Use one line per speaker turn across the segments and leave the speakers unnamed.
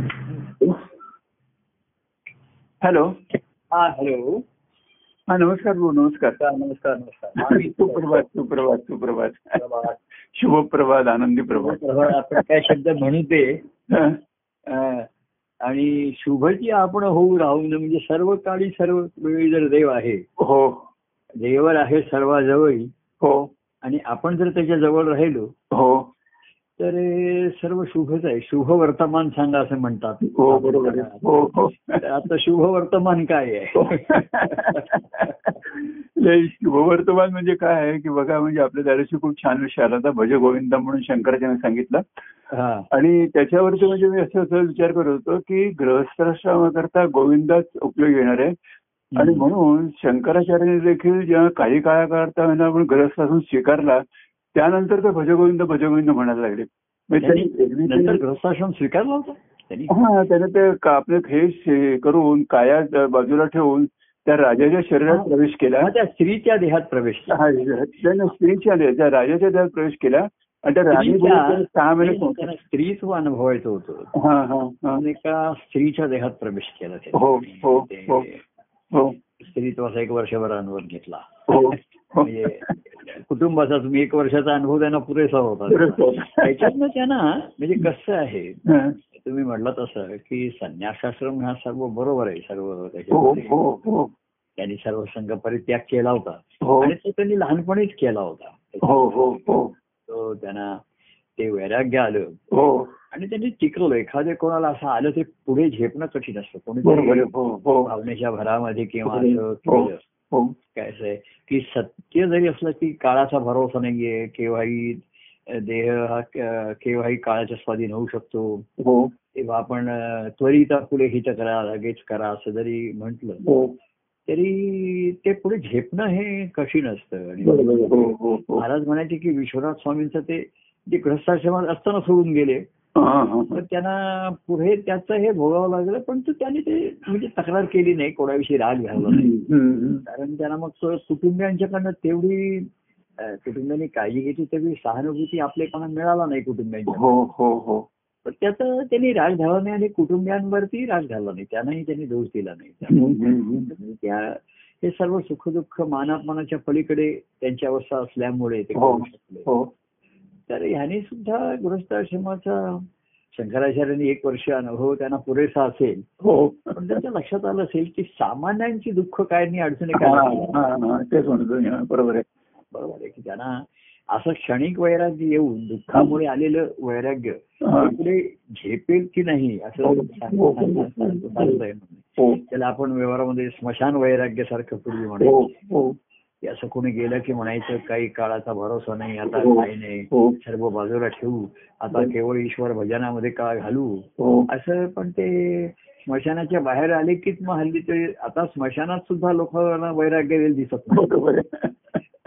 पाहिजे
हॅलो
हा हॅलो
हा नमस्कार भाऊ नमस्कार
नमस्कार नमस्कार नमस्कार मी
सुप्रभात सुप्रभात सुप्रभात
प्रभात.
शुभप्रभात आनंदी प्रभात
प्रभात आपण काय शब्द म्हणू ते
हं.
अं, आणि शुभची आपण होऊ राहून म्हणजे सर्व काळी सर्व वेळी जर देव आहे
हो
देवर आहे सर्वाजवळी
हो
आणि आपण जर त्याच्या जवळ राहिलो
हो
तर हे सर्व शुभच आहे शुभ वर्तमान सांगा असं म्हणतात
हो बरोबर आहे. हो हो
तर आता शुभ वर्तमान काय
हो.
आहे
लय शुभवर्तमान म्हणजे काय आहे की बघा म्हणजे आपल्या दाराशी खूप छान विषय आला होता भज गोविंदा म्हणून शंकराच्याने सांगितलं
हा
आणि त्याच्यावरती म्हणजे मी असं असं विचार करत होतो की गृहस्थाश्रमाकरता गोविंदाच उपयोग येणार आहे आणि म्हणून शंकराचार्याने देखील जेव्हा काही काळाकरता यांना आपण ग्रस्त असून स्वीकारला त्यानंतर ते भजगोविंद भजगोविंद म्हणायला लागले म्हणजे
त्यांनी
त्यांनी हो. एकवीस-
नंतर गृहस्थाश्रम स्वीकारला होता त्यांनी
हा त्याने ते का- आपलं हे शे- करून काया ज- बाजूला ठेवून त्या राजाच्या शरीरात
हा.
प्रवेश केला
तेव्हा त्या स्त्रीच्या देहात प्रवेश केला.
हा, त्याने स्त्रीच्या दे- त्या राजाच्या देहात प्रवेश केला आणि त्या राणीच्या
स्त्रीच्या-
सहा महिने
नाही, त्यांना स्त्रीत्व अनुभवायचं होतं
कोण- हा हा हा
त्याने एका स्त्रीच्या देहात प्रवेश केला त्याने.
हो, हो,
ते
हो. हो
स्त्रीत्वाचा एक वर्षभर अनुभव घेतला
हो हो.
म्हणजे कुटुंबाचा तुम्ही एक वर्षाचा अनुभव त्यांना पुरेसा
खरंच
होता
होतं.
त्याच्यातनं त्यांना म्हणजे कसं आहे
हा.
तुम्ही म्हटलं तसं की संन्यासाश्रम हा सर्व बरोबर आहे सर्व
हो
त्याच्यामध्ये
हो हो
त्यांनी सर्व संघ परित्याग केला होता
हो
आणि तो त्यांनी लहानपणीच केला होता
हो हो हो
तो त्यांना ते वैराग्य आलं
हो
आणि त्यांनी टिकवलं एखाद्या कोणाला असं आलं ते पुढे झेपणं कठीण असतं
बरोबर
कोणी
आहे. हो हो
भावनेच्या भरामध्ये किंवा
हो.
असं केलं.
हो
काय असं आहे की सत्य जरी असलं की काळाचा भरोसा नाहीये केव्हाही देह हा क- केव्हाही काळाच्या स्वाधीन होऊ शकतो
हो
तेव्हा आपण अ, त्वरित पुढे हित करा लगेच करा असं जरी म्हटलं
हो
तरी ते पुढे झेपणं हे कठीण असतं आणि
बरोबर आहे. हो हो हो
महाराज म्हणायचे की विश्वनाथ स्वामींचं ते जे ग्रस्ताश्रमात असताना सोडून गेले
हा, हा,
तर
हा.
त्यांना पुढे त्याचं हे भोगावं लागलं पण तो त्यांनी ते म्हणजे तक्रार केली नाही कोणाविषयी राग घालला नाही
हम्म, हम्म.
कारण त्यांना मग तो कुटुंबियांच्याकडनं तेवढी अ, कुटुंबियांनी काळजी घेतली तेवढी सहानुभूती आपल्याकडनं मिळाला नाही कुटुंबियांच्या
हो हो हो
पण त्याचं त्यांनी राग घाला नाही आणि कुटुंबियांवरती राग घालला नाही त्यांनाही त्यांनी दोष दिला नाही त्यामुळे
हम्म, हम्म, हम्म.
त्या हे सर्व सुखदुःख मानापमानाच्या पलीकडे त्यांची अवस्था असल्यामुळे ते
हो.
करू शकले
हो
तर ह्याने सुद्धा गृहस्थाश्रमाचा शंकराचार्यांनी एक वर्ष अनुभव त्यांना पुरेसा असेल
हो
पण त्यांच्या लक्षात आलं असेल की सामान्यांची दुःख काय आणि अडचणी
हा,
काय नाही.
हा, हा. तेच म्हणतो मी. हा, बरोबर आहे
बरोबर आहे की त्यांना असं क्षणिक वैराग्य येऊन दुःखामुळे आलेलं वैराग्य
हा.
ते पुढे झेपेल की नाही
हो.
असं
हो.
सांगतोय
हो
त्याला आपण व्यवहारामध्ये स्मशान वैराग्य सारखं पूर्वी
हो
म्हणतो
हो
की असं कोणी गेलं की म्हणायचं काही काळाचा भरोसा नाही आता
हो.
काही नाही
हो
सर्व बाजूला ठेवू आता
हो.
केवळ ईश्वर भजनामध्ये काळ घालू
हो
असं पण ते स्मशानाच्या बाहेर आले कीच मग हल्ली ते आता स्मशानात सुद्धा लोकांना वैराग्य दिलेलं दिसत नाही
बरोबर आहे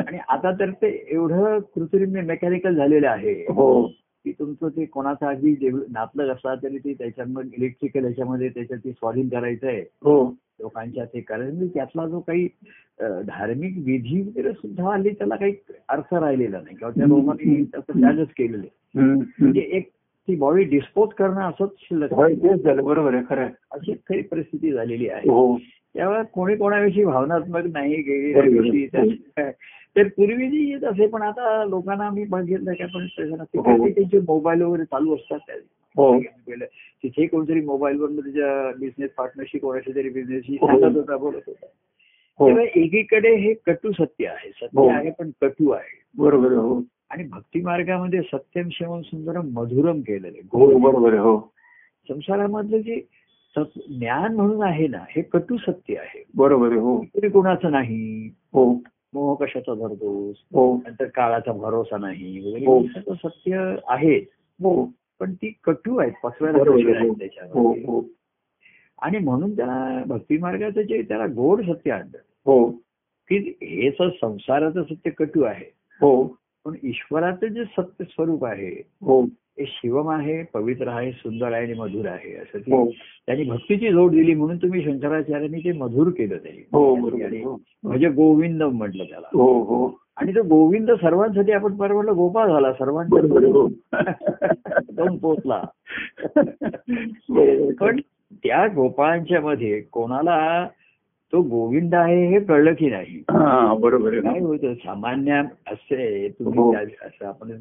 आणि आता तर ते एवढं कृत्रिम मेकॅनिकल झालेलं आहे
हो
की तुमचं ते कोणाचं अगदी जेव- नातलग असला तरी ते त्याच्यामध्ये इलेक्ट्रिकल याच्यामध्ये त्याच्यात ते स्वाधीन करायचं आहे
हो
लोकांच्या ते कारण म्हणजे त्यातला जो काही अ, धार्मिक विधी वगैरे सुद्धा हल्ली त्याला काही अर्थ राहिलेला नाही किंवा त्या
हम्म.
लोकांनी त्याचं त्यागच केलेलं आहे
हम्म, हम्म.
म्हणजे एक ती बॉडी डिस्पोज करणं असंच शिल्लक
होय,
आहे.
तेच झालं बरोबर आहे खरं आहे.
अशी खरी परिस्थिती झालेली आहे
हो
त्यामुळे कोणी कोणाविषयी भावनात्मक नाही
बरोबर.
गेली तर पूर्वी जी येत असे पण आता लोकांना मी बघितलं की आपण त्याच्यानं ते
हो.
कधी त्यांचे मोबाईल वगैरे चालू असतात त्या
हो
पहिलं तिथे कोणतरी मोबाईलवर त्याच्या बिझनेस पार्टनरशी कोणाशी तरी बिझनेसशी
हो.
सांगत होता बोलत होता
हो
तेव्हा एकीकडे हे कटू सत्य आहे
हो.
सत्य आहे पण कटू आहे
बरोबर आहे. हो
आणि भक्ती मार्गामध्ये सत्यम शेवम सुंदरम मधुरम केलेलं आहे
हो बरोबर आहे. हो
संसारामधलं जे तत्व- ज्ञान म्हणून आहे ना हे कटू सत्य आहे
बरोबर आहे. हो
तरी कोणाचं नाही
हो
मोह कशाचा धरतोस
हो
नंतर काळाचा भरोसा नाही वगैरे
हो.
हे सगळं सत्य आहे
हो
पण ती कटू आहेत पसरायला
बरोबर आहे.
कठीण आहेत
हो
त्याच्यामध्ये
हो
आणि म्हणून त्याला भक्ती मार्गाचं जे त्याला गोड सत्य आणलं
हो
की हे सर संसाराचं सत्य कटू आहे
हो
पण ईश्वराचं जे सत्य स्वरूप आहे
हो
ते शिवम आहे पवित्र आहे सुंदर आहे आणि मधुर आहे असं
हो
ती त्यांनी भक्तीची जोड दिली म्हणून तुम्ही शंकराचार्यांनी ते मधुर केलं
हो बरोबर
त्याने
आहे. हो
म्हणजे गोविंद म्हटलं त्याला
हो हो
आणि तो गोविंद सर्वांसाठी आपण बरं म्हटलं गोपाळ झाला सर्वांच्या
बरोबर हो.
जाऊन पोहोचला
बरोबर.
पण त्या गोपाळांच्या मध्ये कोणाला तो गोविंद आहे हे कळलं की नाही
हा बरोबर आहे.
काय होतं सामान्य असे
हो.
तुम्ही त्या- असं आपण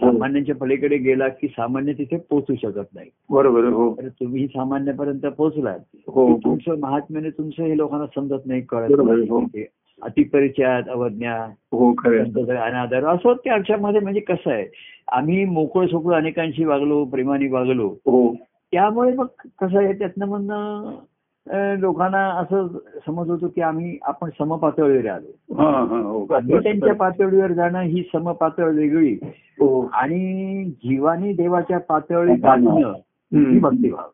सामान्यांच्या पलीकडे गेला की सामान्य तिथे पोहोचू शकत नाही
बरोबर आहे. हो
तर तुम्ही सामान्यपर्यंत पोहोचलात
हो
की तुमचं महात्म्याने तुमचं हे लोकांना समजत नाही कळत
बरोबर आहे. हो
नाही अतिपरिचयात अवज्ञा
हो खरं आहे.
संतोष अनादर असं त्या अक्षामध्ये म्हणजे कसं आहे आम्ही मोकळं सोकळं अनेकांशी वागलो प्रेमाने वागलो
हो
त्यामुळे मग कसं आहे त्यातनं म्हणणं अं, लोकांना असं समज होतो की आम्ही आपण समपातळीवर आलो
हा हा हो
आम्ही त्यांच्या पातळीवर जाणं ही समपातळ वेगळी
हो
आणि जीवानी देवाच्या पातळी गाठणं ही भक्तिभाव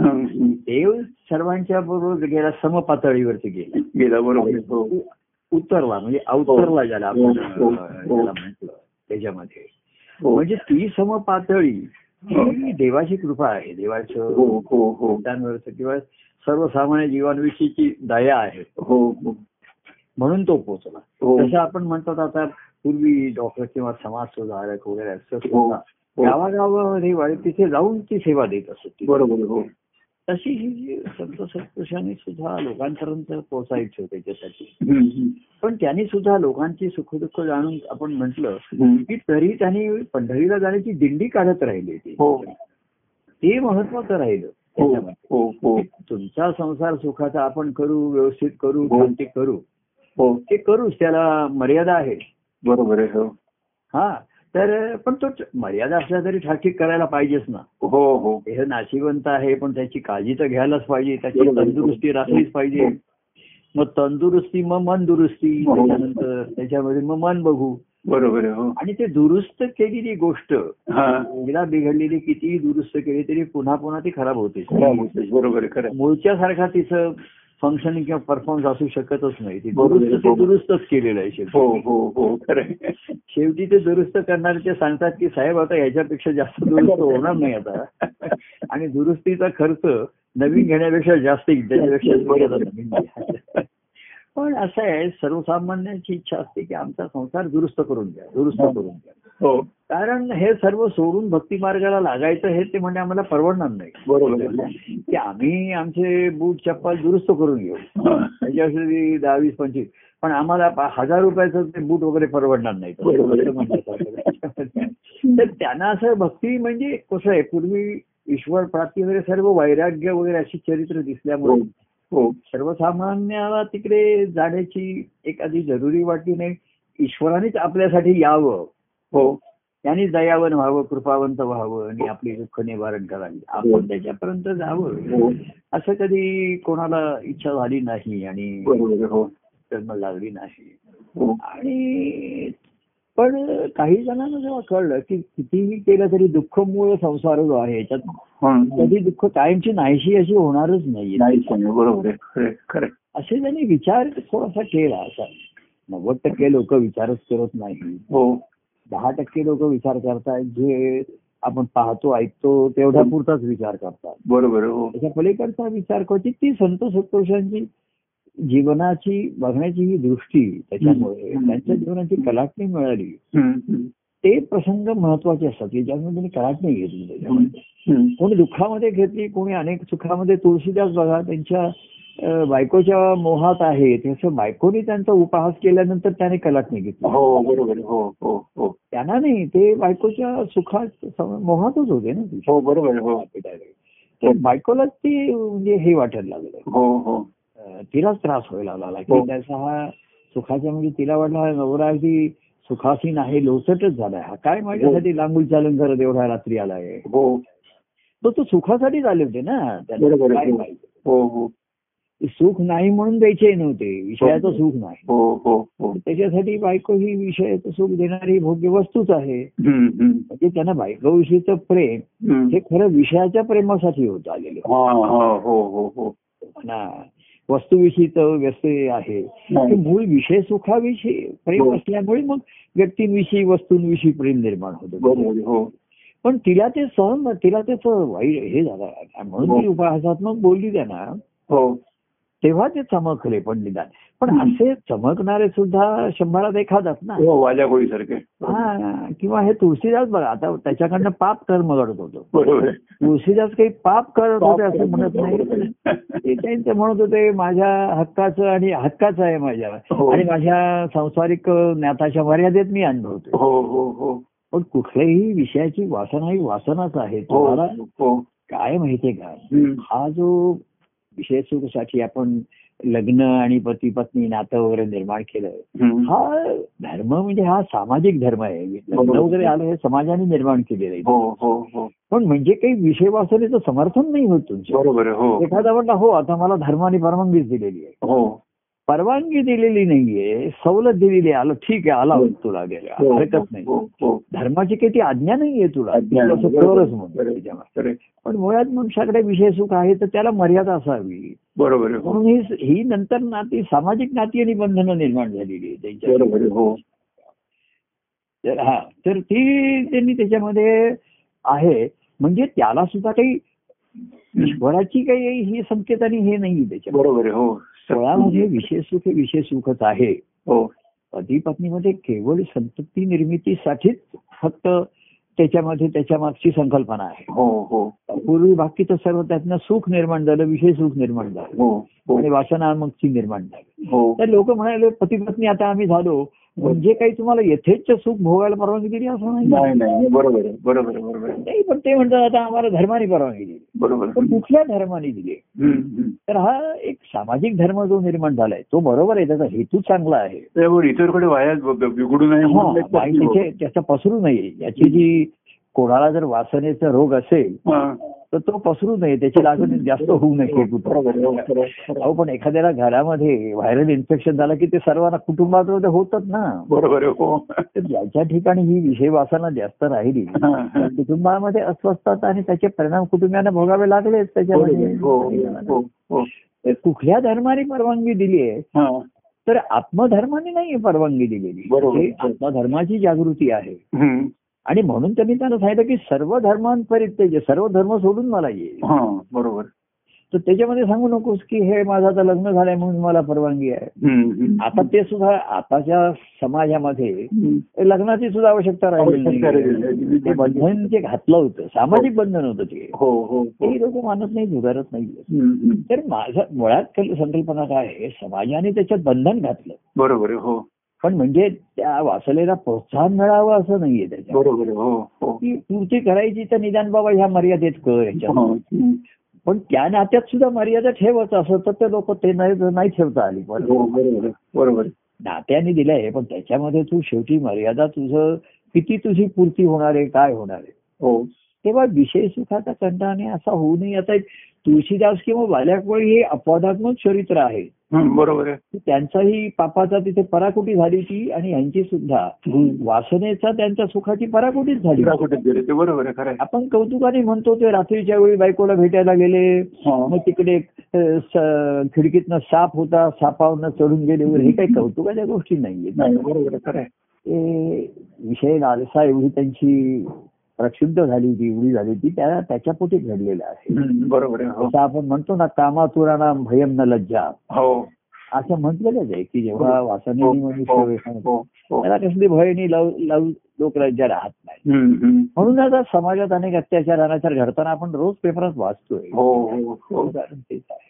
हं, हं.
देव सर्वांच्या बरोबर गेला समपातळीवरती गेला
गेला बरोबर आहे. हो
उतरला म्हणजे अवतरला ज्याला
हो,
आपण
हो,
अं,
हो.
ज्याला म्हटलं त्याच्यामध्ये
हो
म्हणजे ती समपातळी ही
हो.
देवाची कृपा आहे देवाचं
हो हो हो
भक्तांवर किंवा सर्वसामान्य जीवांविषयीची दया आहे
हो हो
म्हणून तो पोहोचला
हो.
जसं आपण म्हणतात आता पूर्वी डॉक्टर किंवा समाज सुधारक वगैरे असं
हो.
सुद्धा
हो.
गावागावामध्ये वाढ- तिथे जाऊन ती सेवा देत असत
बरोबर आहे. हो
तशी ही जी संत सत्पुरुषांनी सुद्धा लोकांपर्यंत पोहोचायचं त्याच्यासाठी
हं, हं.
पण त्यांनी सुद्धा लोकांची सुखदुःख जाणून आपण म्हटलं
हं.
की तरी त्यांनी पंढरीला जाण्याची दिंडी काढत राहिली ती
हो
ते महत्वाचं राहिलं
हो
त्याच्यामध्ये
हो हो
तुमचा संसार सुखाचा आपण करू व्यवस्थित करू
हो.
ते करू
हो
ते करूच त्याला मर्यादा आहे
बरोबर आहे हो
हा तर पण तो च- मर्यादा असल्या तरी ठाकीक करायला पाहिजेच ना
हो हो
हे नाशिवंत आहे पण त्याची काळजी तर घ्यायलाच पाहिजे त्याची
बरोबर.
तंदुरुस्ती राखलीच पाहिजे मग तंदुरुस्ती मग मन दुरुस्ती
हो.
त्याच्यानंतर त्याच्यामध्ये मग मन बघू
बरोबर आहे हो
आणि ते दुरुस्त केलेली गोष्ट
हा
एकदा बिघडलेली कितीही दुरुस्त केली तरी पुन्हा पुन्हा ती खराब होते
बरोबर आहे खरं आहे.
मूळच्या सारखा तिचं फंक्शन किंवा परफॉर्मन्स असू शकतच नाही ती
बरोबर.
दुरुस्त ते दुरुस्तच केलेलं आहे
हो
शेवटी
हो हो खरं आहे.
शेवटी ते दुरुस्त करणारे ते सांगतात की साहेब आता ह्याच्यापेक्षा जास्त दुरुस्त होणार नाही आता आणि दुरुस्तीचा खर्च नवीन घेण्यापेक्षा जास्त येईल. त्याच्यापेक्षा तुम्ही आता नवीन घ्या. पण असं आहे सर्वसामान्यांची इच्छा असते की आमचा संसार दुरुस्त करून द्या दुरुस्त करून द्या
हो
कारण हे सर्व सोडून भक्ती मार्गाला लागायचं हे ते म्हणजे आम्हाला परवडणार नाही
बरोबर आहे.
की आम्ही आमचे बूट चप्पल दुरुस्त करून घेऊ
हा.
त्याच्यासाठी दहा वीस पंचवीस पण आम्हाला पा- हजार रुपयाचं ते बूट वगैरे परवडणार नाही
बरोबर आहे.
असं म्हणतात आपल्याला. तर त्यांना असं भक्ती म्हणजे कसं आहे पूर्वी ईश्वर प्राप्ती वगैरे सर्व वैराग्य वगैरे अशी चरित्र
हो
दिसल्यामुळे
हो
सर्वसामान्याला तिकडे जाण्याची एक आधी जरुरी वाटली नाही ईश्वरानेच आपल्यासाठी यावं
हो
त्यांनी दयावन व्हावं कृपावंत व्हावं आणि आपली दुःख निवारण करावी आपण त्याच्यापर्यंत जावं
हो
असं कधी कोणाला इच्छा झाली नाही आणि
बरोबर आहे. हो
जन्म लागली नाही
हो
आणि पण काही जणांना जेव्हा कळलं की कितीही केलं तरी दुःख मूळ संसार जो आहे याच्यात
हं.
कधी दुःख कायमची नाहीशी अशी होणारच नाही
नाही सांग बरोबर आहे खरं आहे, खरं आहे.
असे त्यांनी विचार थोडासा केला असा नव्वद टक्के लोक विचारच करत नाही
हो
दहा टक्के लोक विचार करतात जे आपण पाहतो ऐकतो तेवढ्या पुरताच विचार करतात
बरोबर आहे. हो
त्याच्या पलीकडचा विचार करते ती संत सत्पुरुषांची जीवनाची बघण्याची ही दृष्टी त्याच्यामुळे
हम्म.
त्यांच्या जीवनाची कलाटणी मिळाली
हं, हं.
ते प्रसंग महत्वाचे असतात की ज्यामुळे त्यांनी कलाटणी घेतली
हं,
त्याच्यामध्ये
हं.
कोणी दुःखामध्ये घेतली कोणी अनेक सुखामध्ये तुळशीदास बघा त्यांच्या अं, बायकोच्या मोहात आहे त्याचं बायकोने त्यांचा उपहास केल्यानंतर त्याने कलाटणी घेतली
हो बरोबर आहे. हो हो हो
त्यांना नाही ते बायकोच्या सुखात सम- मोहातच होते ना ते.
हो बरोबर आहे. हो
तर बायकोलाच ते म्हणजे हे वाटायला लागलं
हो हो
अं, तिलाच त्रास व्हायला लागला की
हो.
त्याचा हा सुखाच्या म्हणजे तिला वाटलं हा नवरा अगदी सुखासीन आहे लोसटच झालाय हा काय माझ्यासाठी लांबूल चालून करत एवढ्या रात्री आलाय
हो
तो तो सुखासाठी आले होते ना त्याला
बरोबर आहे.
काय पाहिजे?
हो हो
सुख नाही म्हणून द्यायचे नव्हते विषयाचं सुख नाही
हो हो हो
त्याच्यासाठी बायको ही विषयाचं सुख देणारी भोग्य वस्तूच आहे
हं, हं.
म्हणजे त्यांना बायकोविषयीचं प्रेम
हं.
हे खरं विषयाच्या प्रेमासाठी होत आलेलं
हा हा हो हो हो
म्हणा वस्तूविषयीचं व्यस्त आहे ते
हं.
मूळ विषय सुखाविषयी प्रेम
हो.
असल्यामुळे मग व्यक्तींविषयी वस्तूंविषयी प्रेम निर्माण होतं
बरोबर आहे. हो
पण तिला ते सहन तिला त्याचं वाईट हे झालं म्हणून ती
हो.
उपहासात्मक बोलली त्यांना
हो
तेव्हा ते चमकले पण निदान पण
हम्म.
असे चमकणारे सुद्धा शंभरात एखादाच ना
हो वाल्या कोळीसारखे
हा किंवा हे तुळशीदास बघा आता त्याच्याकडनं पाप कर्म घडत होतो
बरोबर
तुळशीदास काही पाप करत होते असं म्हणत नाही ते
नाही
त्यांचं म्हणत होते माझ्या हक्काचं आणि हक्काचं आहे माझ्या
हो.
आणि माझ्या सांसारिक ज्ञाताच्या मर्यादेत मी अनुभवतो
हो हो हो
पण कुठल्याही विषयाची वासना ही वासनाच आहे तुम्हाला
हो हो
काय माहितीये का
हम्म.
हा जो विषय सुखसाठी आपण लग्न आणि पती पत्नी नातं वगैरे निर्माण केलं
हम्म.
हा धर्म म्हणजे हा सामाजिक धर्म आहे लग्न वगैरे आलं हे समाजाने निर्माण केलेलं आहे
हो हो हो
पण म्हणजे काही विषय वाचवण्याचं समर्थन नाही होत तुमच्या
बरोबर आहे, हो
एखादा म्हणला हो आता मला धर्माने परवानगीच दिलेली आहे
हो
परवानगी दिलेली नाहीये सवलत दिलेली आहे आलं ठीक आहे आला
हो.
तुला गेला
हो,
हरकत नाही
हो हो
धर्माची काही ती आज्ञा नाहीये तुला
आज्ञा
तुला
नाही,
असं
बरोबर.
करच म्हणून
बरोबर.
त्याच्यामध्ये.
खरं आहे.
पण मुळात मनुष्याकडे विषय सुख आहे तर त्याला मर्यादा असावी
बरोबर आहे, हो
म्हणून ही ही नंतर नाती सामाजिक नाती आणि बंधनं निर्माण झालेली आहे त्यांच्या
बरोबर आहे, हो
तर हा तर ती त्यांनी त्याच्यामध्ये आहे म्हणजे त्याला सुद्धा काही ईश्वराची काही ही संकेत आणि हे नाही त्याच्यामध्ये
बरोबर आहे, हो
फळामध्ये विशेष सुख हे विशेष सुखच आहे
हो
पती पत्नीमध्ये केवळ संतती निर्मितीसाठीच फक्त त्याच्यामध्ये त्याच्या मागची संकल्पना आहे
हो हो
पूर्वी बाकीचं सर्व त्यातनं सुख निर्माण झालं विशेष सुख निर्माण झालं
हो हो
आणि वासना मागची निर्माण झाली
हो
तर लोक म्हणाले पती पत्नी आता आम्ही झालो म्हणजे काही तुम्हाला यथेच्छ सुख भोगायला परवानगी दिली असं नाही
नाही नाही बरोबर आहे बरोबर आहे, बरोबर आहे.
नाही पण ते म्हणतात आता आम्हाला धर्माने परवानगी दिली
बरोबर
पण
आहे.
कुठल्या धर्माने दिली
हम्म, हम्म.
तर हा एक सामाजिक धर्म जो निर्माण झालाय तो बरोबर आहे त्याचा हेतू चांगला आहे
त्यामुळे इतरकडे वायाच ब- ब- बिघडू नये
हा,
म्हणून एक
वाईट
पत्नी
इथे त्याचा पसरू नये याची जी कोणाला जर वासनेचा रोग असेल
हो. हा.
तर तो पसरू नये त्याची लागण जास्त होऊ नये
बरोबर आहे, हो, खरं आहे, खरं आहे.
अहो पण एखाद्याला घरामध्ये व्हायरल इन्फेक्शन झालं की ते सर्वांना कुटुंबात ते होतात ना
बरोबर आहे, हो
तर ज्याच्या ठिकाणी ही विषय वासना जास्त राहिली
हा, हा.
तर कुटुंबामध्ये अस्वस्थता आणि त्याचे परिणाम कुटुंबियांना भोगावे लागलेच
बरोबर आहे, हो
त्याच्यामध्ये
हो हो
तर कुठल्या धर्माने परवानगी दिली आहे
हा.
तर आत्मधर्माने नाही परवानगी दिलेली
बरोबर. हो.
हे आत्मधर्माची जागृती आहे
हम्म.
आणि म्हणून त्यांनी त्यांना सांगितलं की सर्व धर्मांपरित्यज सर्व धर्म सोडून मला ये
हा, बरोबर
तर त्याच्यामध्ये सांगू नकोस की हे माझं आता लग्न झालंय म्हणून मला परवानगी आहे
हम्म, हम्म.
आता ते सुद्धा आताच्या समाजामध्ये
हम्म.
लग्नाची सुद्धा आवश्यकता राहिली
आवश्यकता राहिलेली
नाही.
नाही.
ते बंधन जे घातलं होतं सामाजिक बंधन होतं ते
हो हो हो
ते लोक मानत नाही झुगारत नाही
हम्म, हम्म.
तर माझा मुळात कल- संकल्पना काय आहे समाजाने त्याच्यात बंधन घातलं
बरोबर आहे, हो
पण म्हणजे त्या वाचलेला प्रोत्साहन मिळावं असं नाहीये त्याच्यात
बरोबर आहे, हो हो
ती पूर्ती करायची तर निदान बाबा ह्या मर्यादेत कर ह्याच्यात
हा. हम्म.
पण त्या नात्यात सुद्धा मर्यादा ठेवायचं असं तर ते लोक ते नाही नाही ठेवता आली पण
हो, बरोबर आहे, बरोबर आहे.
नात्याने दिलंय पण त्याच्यामध्ये तू शेवटी मर्यादा तुझं किती तुझी पूर्ती होणार आहे काय होणार आहे
हो
तेव्हा विषय सुखाचा कंटाने असा होऊ नये आता एक तुळशीदास किंवा बाल्याकोळी हे अपवादात्मक चरित्र आहे
हम्म, बरोबर आहे
की त्यांचाही पापाचा तिथे पराकोटी झाली ती आणि यांची सुद्धा
हम्म.
वासनेचा त्यांच्या सुखाची पराकोटीच झाली
तुला कुठे गेले ते बरोबर आहे खरं आहे.
आपण कौतुकाने म्हणतो ते रात्रीच्या वेळी बायकोला भेटायला गेले मग
हा.
तिकडे अ, स- खिडकीतनं साप होता सापावरनं चढून गेले वगैरे हे काही कौतुकाच्या गोष्टी नाहीये
नाही बरोबर आहे खरं आहे.
ते विषय लालसा एवढी त्यांची प्रक्षुब्ध झाली होती एवढी झाली होती त्याला त्याच्या पोटी घडलेलं आहे
हम्म, बरोबर आहे हो
जसं आपण म्हणतो ना कामातुराना भयम न लज्जा
हो
असं म्हटलेलंच आहे की जेव्हा वासने
हो,
मनुष्य
हो,
व्यसन
हो, हो.
त्याला कसली भयनी लव लव लोक लज्जा राहत नाही
हम्म, हम्म.
म्हणून आता समाजात अनेक अत्याचार अनाचार घडताना आपण रोज पेपरात वाचतोय
हो, हो, हो.
उदाहरण तेच आहे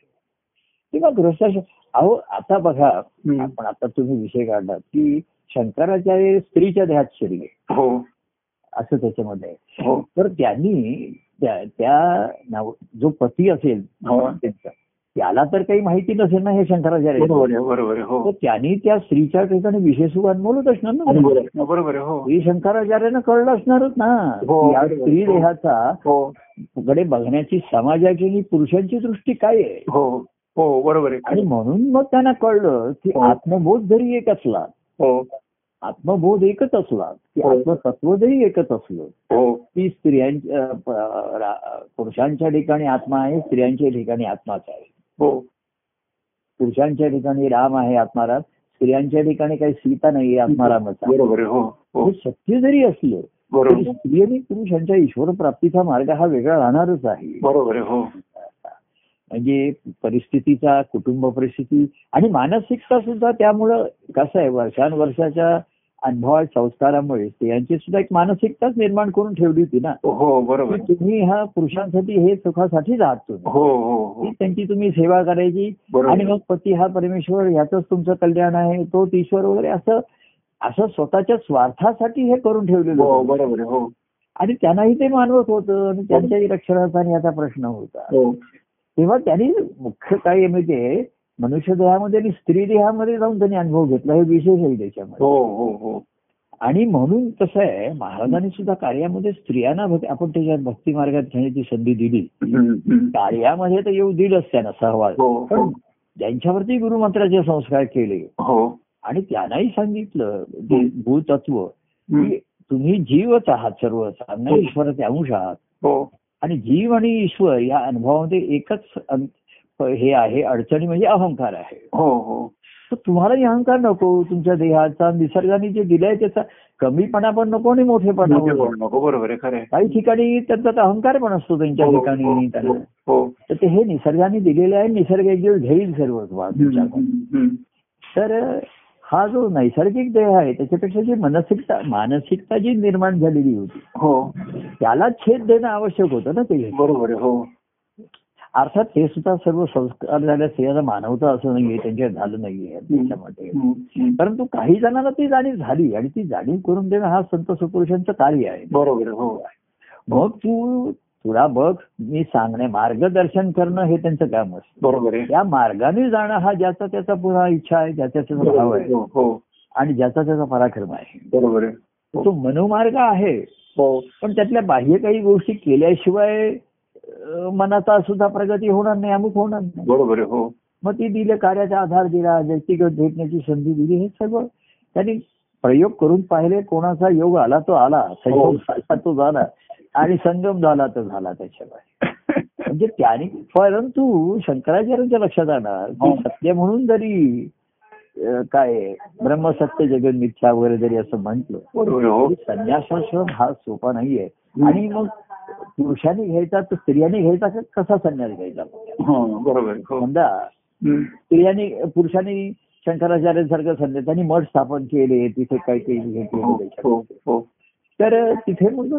तेव्हा गृहस्थ अहो आता बघा
हम्म.
आपण आता तुम्ही विषय काढलात की शंकराचार्य स्त्रीच्या देहात शिरले
हो,
असं त्याच्यामध्ये आहे.
हो,
तर त्यांनी त्या त्या नव- जो पती असेल
हो.
त्यांचा त्याला तर काही माहिती नसेल ना हे शंकराचार्य
बरोबर आहे, बरोबर आहे, हो.
तर त्यांनी त्या स्त्रीच्या ठिकाणी विशेष रूप अनुभवत असणार ना
बरोबर आहे, बरोबर आहे, हो.
श्री शंकराचार्यानं कळलं असणारच ना
हो.
या स्त्री देहाचा
हो,
कडे बघण्याची समाजाची आणि पुरुषांची दृष्टी काय आहे
हो, हो, बरोबर आहे,
आणि म्हणून मग त्यांना कळलं की
हो.
आत्मबोध जरी एक असला
हो,
आत्मबोध एकच असला की
हो.
आत्मतत्व जरी एकच असलं
हो,
ती स्त्रियांच्या अ, प- अ, रा- पुरुषांच्या ठिकाणी आत्मा आहे स्त्रियांच्या ठिकाणी आत्माच आहे
हो,
पुरुषांच्या ठिकाणी राम आहे आत्माराम स्त्रियांच्या ठिकाणी काही सीता नाहीये आत्मारामच आहे
बरोबर आहे, हो, हो,
हे सत्य जरी असलं तरी
बरोबर,
स्त्री आणि पुरुषांच्या ईश्वर प्राप्तीचा मार्ग हा वेगळा राहणारच आहे
बरोबर आहे, हो.
म्हणजे परिस्थितीचा कुटुंब परिस्थिती आणि मानसिकता सुद्धा त्यामुळं कसं आहे वर्षानुवर्षाच्या अनुभवा संस्कारामुळे स्त्रियांची सुद्धा एक मानसिकताच निर्माण करून ठेवली होती ना
हो बरोबर
की तुम्ही हा पुरुषांसाठी हे सुखासाठीच आहात तुम्ही
हो हो हो
ती त्यांची तुम्ही सेवा करायची आणि
बरोबर
मग पती हा परमेश्वर याचंच तुमचं कल्याण आहे तोच ईश्वर वगैरे असं असं स्वतःच्या स्वार्थासाठी हे करून ठेवलेलं
हो
होतं.
बरोबर आहे. हो
आणि त्यांनाही ते मानवत होतं आणि त्यांच्याही रक्षणाचा आणि याचा प्रश्न होता
हो
तेव्हा त्यांनी मुख्य काय म्हणजे मनुष्य देहामध्ये आणि स्त्री देहामध्ये जाऊन त्यांनी अनुभव घेतला हे विशेष आहे त्याच्यामध्ये
हो हो हो
आणि म्हणून कसं आहे महाराजांनी सुद्धा कार्यामध्ये स्त्रियांना भक्ती- आपण त्याच्यात भक्ती मार्गात घेण्याची संधी दिली
हम्म, हम्म.
कार्यामध्ये तर येऊ दिलंच त्यांना सहवास
हो हो
पण त्यांच्यावरती गुरुमंत्राचे संस्कार केले
हो
आणि त्यांनाही सांगितलं जे भूतत्व
हम्म.
की तुम्ही जीवच आहात सर्व सामना ईश्वराचे अंश आहात
हो
आणि जीव आणि ईश्वर या अनुभवामध्ये एकच अं- हे आहे अडचणी म्हणजे अहंकार आहे
हो हो
तर तुम्हालाही अहंकार नको तुमच्या देहाचा निसर्गाने जे दिलंय त्याचा कमीपणा पण नको आणि मोठेपणा
मोठे
नको.
बोलू नको बरोबर आहे खरं आहे.
काही ठिकाणी त्यांचा तर अहंकार पण असतो त्यांच्या
हो,
ठिकाणी
हो,
त्यांना
हो
तर ते हे निसर्गाने दिलेले आहे निसर्ग एक दिवस घेईल सर्व
음,
तुमच्याकडून.
हम्म.
तर हा जो नैसर्गिक देह आहे त्याच्यापेक्षा जी मानसिकता मानसिकता जी निर्माण झालेली होती
हो
त्याला छेद देणं आवश्यक होतं ना ते
बरोबर आहे हो
अर्थात हे सुद्धा सर्व संस्कार झाल्या स्त्रियांना मानवता असं नाहीये त्यांच्यात झालं नाहीये त्याच्यामध्ये
हम्म, हम्म.
परंतु काही जणांना ती जाणीव झाली आणि ती जाणीव करून देणं हा संत सुपुरुषांचं कार्य आहे
बरोबर आहे, हो
मग तू तुला बघ मी सांगणे मार्गदर्शन करणं हे त्यांचं काम असतं
बरोबर आहे
या मार्गाने जाणं हा ज्याचा त्याचा पुन्हा इच्छा आहे ज्याचा त्याचा भाव आहे
हो हो
आणि ज्याचा त्याचा पराक्रम आहे
बरोबर आहे
तो मनोमार्ग आहे
हो
पण त्यातल्या बाह्य काही गोष्टी केल्याशिवाय अं, मनाचा सुद्धा प्रगती होणार नाही अमुक होणार नाही
बरोबर आहे हो
मग ती दिलं कार्याचा आधार दिला व्यक्तिगत भेटण्याची संधी दिली हे सर्व त्यांनी प्रयोग करून पाहिले कोणाचा योग आला तो आला
हो.
संयोग झाला तो झाला आणि संगम झाला तर झाला त्याच्यावर म्हणजे त्याने परंतु शंकराचार्यांच्या लक्षात आणार की
हो.
सत्य म्हणून जरी अं, काय ब्रह्मसत्य जगन मिथ्या वगैरे जरी असं म्हटलं
बरोबर आहे, हो
तरी संन्यासाश्रम हा सोपा नाहीये आणि मग पुरुषांनी घ्यायचा तर स्त्रियांनी घ्यायचा का कसा संन्यास घ्यायचा
हो बरोबर आहे, हो
समजा
हम्म.
स्त्रियांनी पुरुषांनी शंकराचार्यांसारखं संन्यास त्यांनी मठ स्थापन केले तिथे काही काही हे
हो
केले
हो हो
तर तिथे मग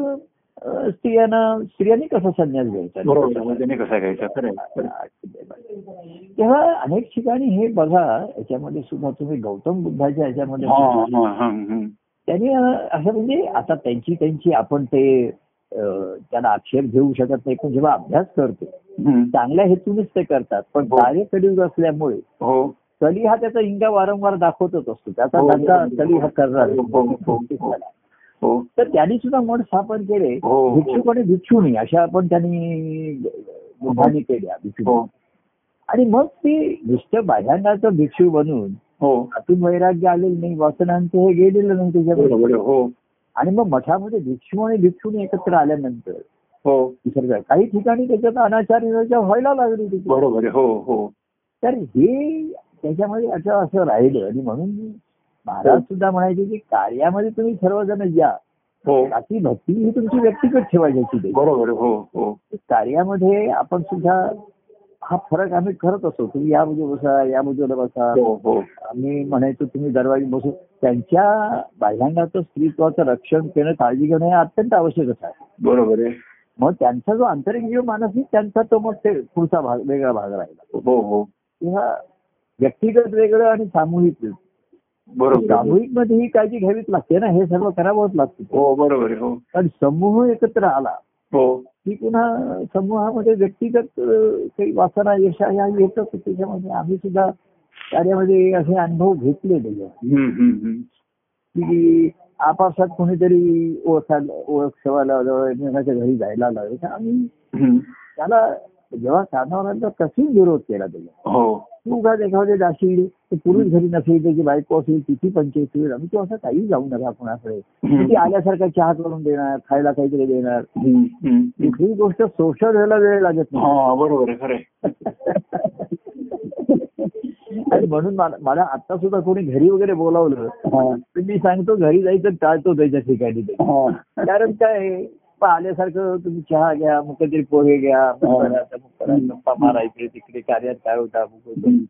अं, स्त्रियांना स्त्रियांनी कसा संन्यास
बरोबर आहे,
घ्यायचा
हो. त्याने कसा घ्यायचा खरं आहे, खरं आहे.
तेव्हा अनेक ठिकाणी हे बघा याच्यामध्ये सुद्धा तुम्ही गौतम बुद्धाच्या याच्यामध्ये
हा हा हा हम्म.
त्यांनी अ, असं म्हणजे आता त्यांची त्यांची आपण ते अ, त्यांना आक्षेप घेऊ शकत नाही पण जेव्हा अभ्यास करतो
हम्म.
चांगल्या हेतूनच ते करतात पण
हो.
कार्य कलियुग असल्यामुळे
हो
कली हा त्याचा इंगा वारंवार दाखवतच असतो त्याचा
हो.
त्यांचा कली हा करणार
हो, हो, हो, हो. हो
तर त्यांनी सुद्धा मठ स्थापन केले
हो, हो.
भिक्षुक आणि भिक्षुणी अशा आपण त्यांनी बुद्धांनी केल्या
हो
भिक्षू आणि मग ते नुसतं बाह्यांगाचं भिक्षू बनून
हो
आतून वैराग्य आलेलं नाही वासनांचं हे गेलेलं नाही त्याच्यामध्ये
बरोबर आहे, हो
आणि मग मठामध्ये भिक्षू आणि भिक्षुणी एकत्र आल्यानंतर
हो
निसर्ग काही ठिकाणी त्याच्यात अनाचार निर्चार व्हायला लागली होती
बरोबर आहे, हो हो
तर हे त्याच्यामध्ये असं असं राहिलं आणि म्हणून महाराज सुद्धा म्हणायचे की कार्यामध्ये तुम्ही सर्वजण या
हो
बाकी भक्ती ही तुमची व्यक्तिगत ठेवायची ते.
बरोबर आहे, हो हो
कार्यामध्ये आपण सुद्धा हा फरक आम्ही करत असतो तुम्ही या बाजूला बसा या बाजूला बसा
हो हो
आम्ही म्हणायचो तुम्ही दरवाजे बसू त्यांच्या बाह्यांगाचं स्त्रीत्वाचं रक्षण करणं काळजी घेणं हे अत्यंत आवश्यकच आहे
बरोबर आहे
मग त्यांचा जो आंतरिक जीव मानसिक त्यांचा तो मग ते पुढचा भाग वेगळा भाग राहिला
हो हो
किंवा व्यक्तिगत वेगळं आणि सामूहिक वेगळं.
बरोबर आहे.
सामूहिक मध्ये ही काळजी घ्यावीच लागते ना हे सर्व करावंच लागतं
हो बरोबर आहे, हो
पण समूह एकत्र आला
हो
की पुन्हा समूहामध्ये व्यक्तिगत अं, काही वासना यशा या येतच त्याच्यामध्ये आम्ही सुद्धा कार्यामध्ये असे अनुभव घेतले त्याच्यात
हम्म, हम्म, हम्म.
की आपापसात कोणीतरी ओळखायला ओळख ठेवायला लागलं, एकमेकाच्या घरी जायला लागलं तर आम्ही
हम्म.
त्याला जेव्हा साधनावर आलं तेव्हा कसून विरोध केला त्याला
हो
तू उगाच एखादे जाशील ते पुरुष घरी नसेल त्याची बायको असेल तिची पंचायत होईल आम्ही तू असं काही जाऊ नका कोणाकडे
हम्म.
ती आल्यासारखा चहा करून देणार खायला काहीतरी देणार
हम्म, हम्म.
कुठलीही गोष्ट सोशल व्हायला वेळ लागत नाही
हा बरोबर आहे खरं आहे.
आणि म्हणून मला- मला आता सुद्धा कोणी घरी वगैरे बोलावलं
हा,
तर मी सांगतो घरी जायचं टाळतो त्याच्या ठिकाणी
हा.
कारण काय आहे, गप्पा आल्यासारखं तुम्ही चहा घ्या मग कधी पोहे घ्या मग
हा.
करा, मग करा,
हम्म.
गप्पा मारा इकडे तिकडे कार्यात काय होता मग होतं.
Mm,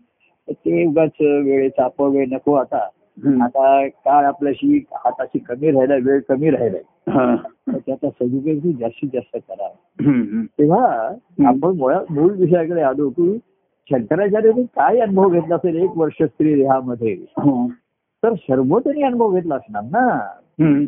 तर ते उगाच वेळेचा अपव्यय नको आता
हम्म.
आता काळ आपल्याशी हाताशी कमी राहिला वेळ कमी राहिलाय
हा.
तर त्याचा सदुपयोग ही जास्तीत जास्त करा
हम्म.
तेव्हा आपण मुळात मूळ विषयाकडे आलो की शंकराचार्यांनी काय अनुभव घेतला असेल एक वर्ष स्त्री देहामध्ये
हो.
तर सर्वोतरी अनुभव घेतला असणार ना
हम्म.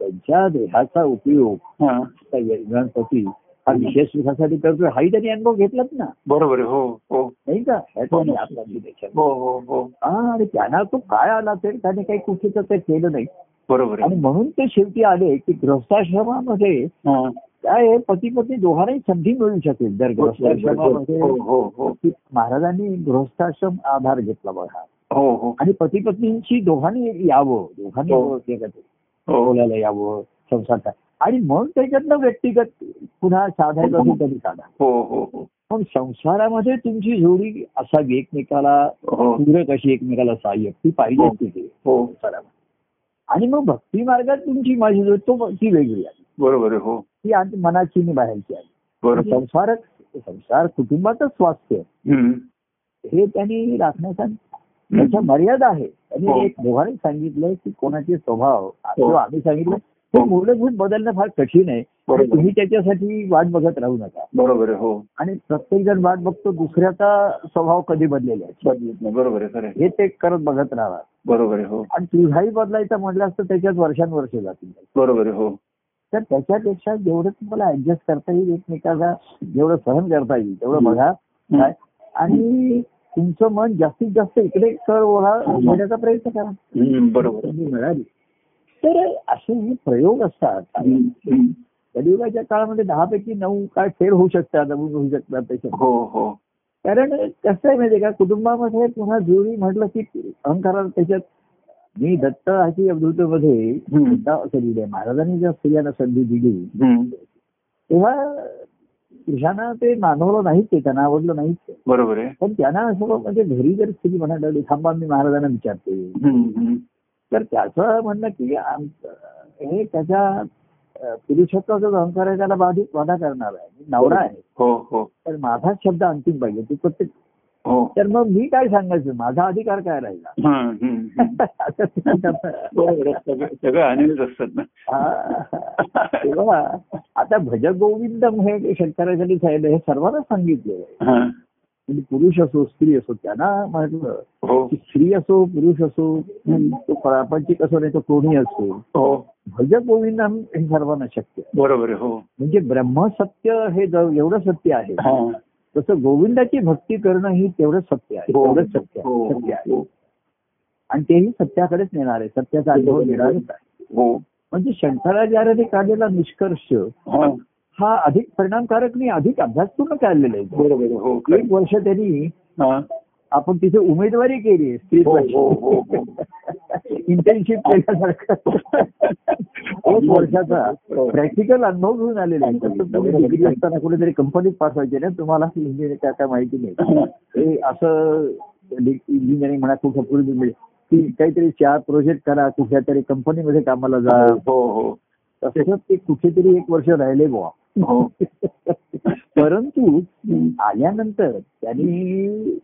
त्यांच्या देहाचा उपयोग
हा.
त्या यजमानपती हा विशेष सुखासाठी करतोय हाही त्यांनी अनुभव घेतलाच ना
बरोबर आहे. हो हो
नाही का
हो ना.
ह्याचा आपला विवेचन.
हो हो हो
हा, आणि त्यांना तो काय आला असेल त्याने काही कुठे ते केलं नाही
बरोबर
आणि
आहे
म्हणून ते शेवटी आले की ग्रस्ताश्रमामध्ये
हा.
काय आहे, पती पत्नी दोघांनाही संधी मिळू शकेल जर ग्रस्ताश्रमामध्ये
हो हो हो
की महाराजांनी गृहस्थाश्रम आधार घेतला बघा
हो हो
आणि पती पत्नींशी दोघांनी यावं दोघांनी
हो.
एकत्र
हो
बोलायला यावं संसार काय आणि मग त्याच्यातनं व्यक्तिगत पुन्हा साधायचं असेल तरी साधा
हो हो हो
पण संसारामध्ये तुमची जोडी असावी एकमेकाला
हो
पूरक अशी एकमेकाला सहाय्य ती पाहिजेच तिथे
हो
संसारामध्ये आणि मग भक्ती मार्गात तुमची माझी जोडी तो ती वेगळी आहे
बरोबर आहे. हो
ती आत- मनाची आणि बाहेरची आहे
बरोबर
संसार संसार कुटुंबातच स्वास्थ्य
हम्म.
हे त्यांनी राखण्याचा
हम्म.
त्याच्या मर्यादा आहे
हो.
त्यांनी एक दोघांनी सांगितलंय की कोणाचे स्वभाव किंवा आम्ही सांगितलं
हो.
हे मूलभूत बदलणं फार कठीण आहे
बरोबर.
तुम्ही त्याच्यासाठी वाट बघत राहू नका
बरोबर आहे. हो
आणि प्रत्येक जण वाट बघतो दुसऱ्याचा स्वभाव कधी बदलेला आहे
बदलत नाही. बरोबर आहे खरं आहे.
हे ते करत बघत राहा
बरोबर आहे. हो
आणि तुझाही बदलायचा म्हटलं असतं त्याच्यात वर्षानुवर्ष जातील
बरोबर आहे. हो
तर त्याच्यापेक्षा जेवढं तुम्हाला ऍडजस्ट करता येईल एकमेकाला जेवढं सहन करता येईल तेवढं
हम्म.
बघा
हम्म.
काय आणि तुमचं मन जास्तीत जास्त इकडे कर ओढा घेण्याचा प्रयत्न करा
हम्म. बरोबर आहे.
संधी मिळाली तर असे हे प्रयोग असतात आणि
हम्म. हम्म.
कलियुगाच्या काळामध्ये दहा पैकी नऊ काय फेल होऊ शकतात नवीन होऊ शकतात त्याच्यात
हो हो
कारण कसं आहे माहितीये का कुटुंबामध्ये पुन्हा जुळी म्हटलं की अहंकाराला त्याच्यात मी दत्त अशी अवधूतमध्ये
हम्म.
सुद्धा असं लिहिलंय महाराजांनी जेव्हा स्त्रियांना संधी दिली
हम्म.
तेव्हा पुरुषांना ते मानवलं नाहीच ते त्यांना आवडलं नाहीच ते.
बरोबर आहे
पण त्यांना असं म्हणजे घरी जर स्त्री म्हणायला लागली थांबा मी महाराजांना विचारते
हम्म. हम्म.
तर त्याचं म्हणणं की आम- हे त्याच्या अं, पुरुषत्वाचा जो अहंकार आहे त्याला बाधित बाधा करणार आहे मी नवरा आहे
हो हो
तर माझाच शब्द अंतिम पाहिजे तू प्रत्येक
हो
तर मग मी काय सांगायचं माझा अधिकार काय राहिला
हा, हम्म. हम्म.
असं ते म्हणतात.
बरोबर आहे. सगळं- सगळं आनंद असतात ना
हा. तेव्हा आता भज गोविंदम हे शंकरासाठी साहेब हे सर्वांना सांगितलेलं आहे
हा.
म्हणजे पुरुष असो स्त्री असो त्यांना म्हटलं
हो
की स्त्री असो पुरुष असो तो प्रापंचिक असो नाही तो कोणी असो
हो
भज गोविंदम हे सर्वांना शक्य आहे
बरोबर आहे. हो
म्हणजे ब्रह्मसत्य हे ज- एवढं सत्य आहे
हा.
तसं गोविंदाची भक्ती करणं ही तेवढं सत्य आहे
हो
तेवढं सत्य
हो
आहे सत्य आहे
हो
आणि तेही सत्याकडेच नेणार आहे सत्याचा अनुभव घेणारच आहे
हो
म्हणजे शंकराचार्याने काढलेला निष्कर्ष
हा.
हा अधिक परिणामकारक नाही अधिक अभ्यासपूर्ण काढलेला आहे
बरोबर आहे. हो खरं आहे.
एक वर्ष त्यांनी
हा.
आपण तिथे उमेदवारी केली आहे स्त्री
हो, हो, हो, हो.
इंटर्नशिप केल्यासारखं एक वर्षाचा
हो.
प्रॅक्टिकल अनुभव घेऊन आलेला आहे तसं तुम्ही डिग्री असताना कुठेतरी कंपनीत पास व्हायचे ना तुम्हाला इंजिनिअरिंग काय काय माहिती नाही
हा.
हे असं इंजिनिअरिंग म्हणा कुठं पूर्वी मिळेल की काहीतरी चार प्रोजेक्ट करा कुठल्या तरी कंपनीमध्ये कामाला जा
हो हो
तसंच ते कुठेतरी एक वर्ष राहिले बुवा
हो
परंतु आल्यानंतर त्यांनी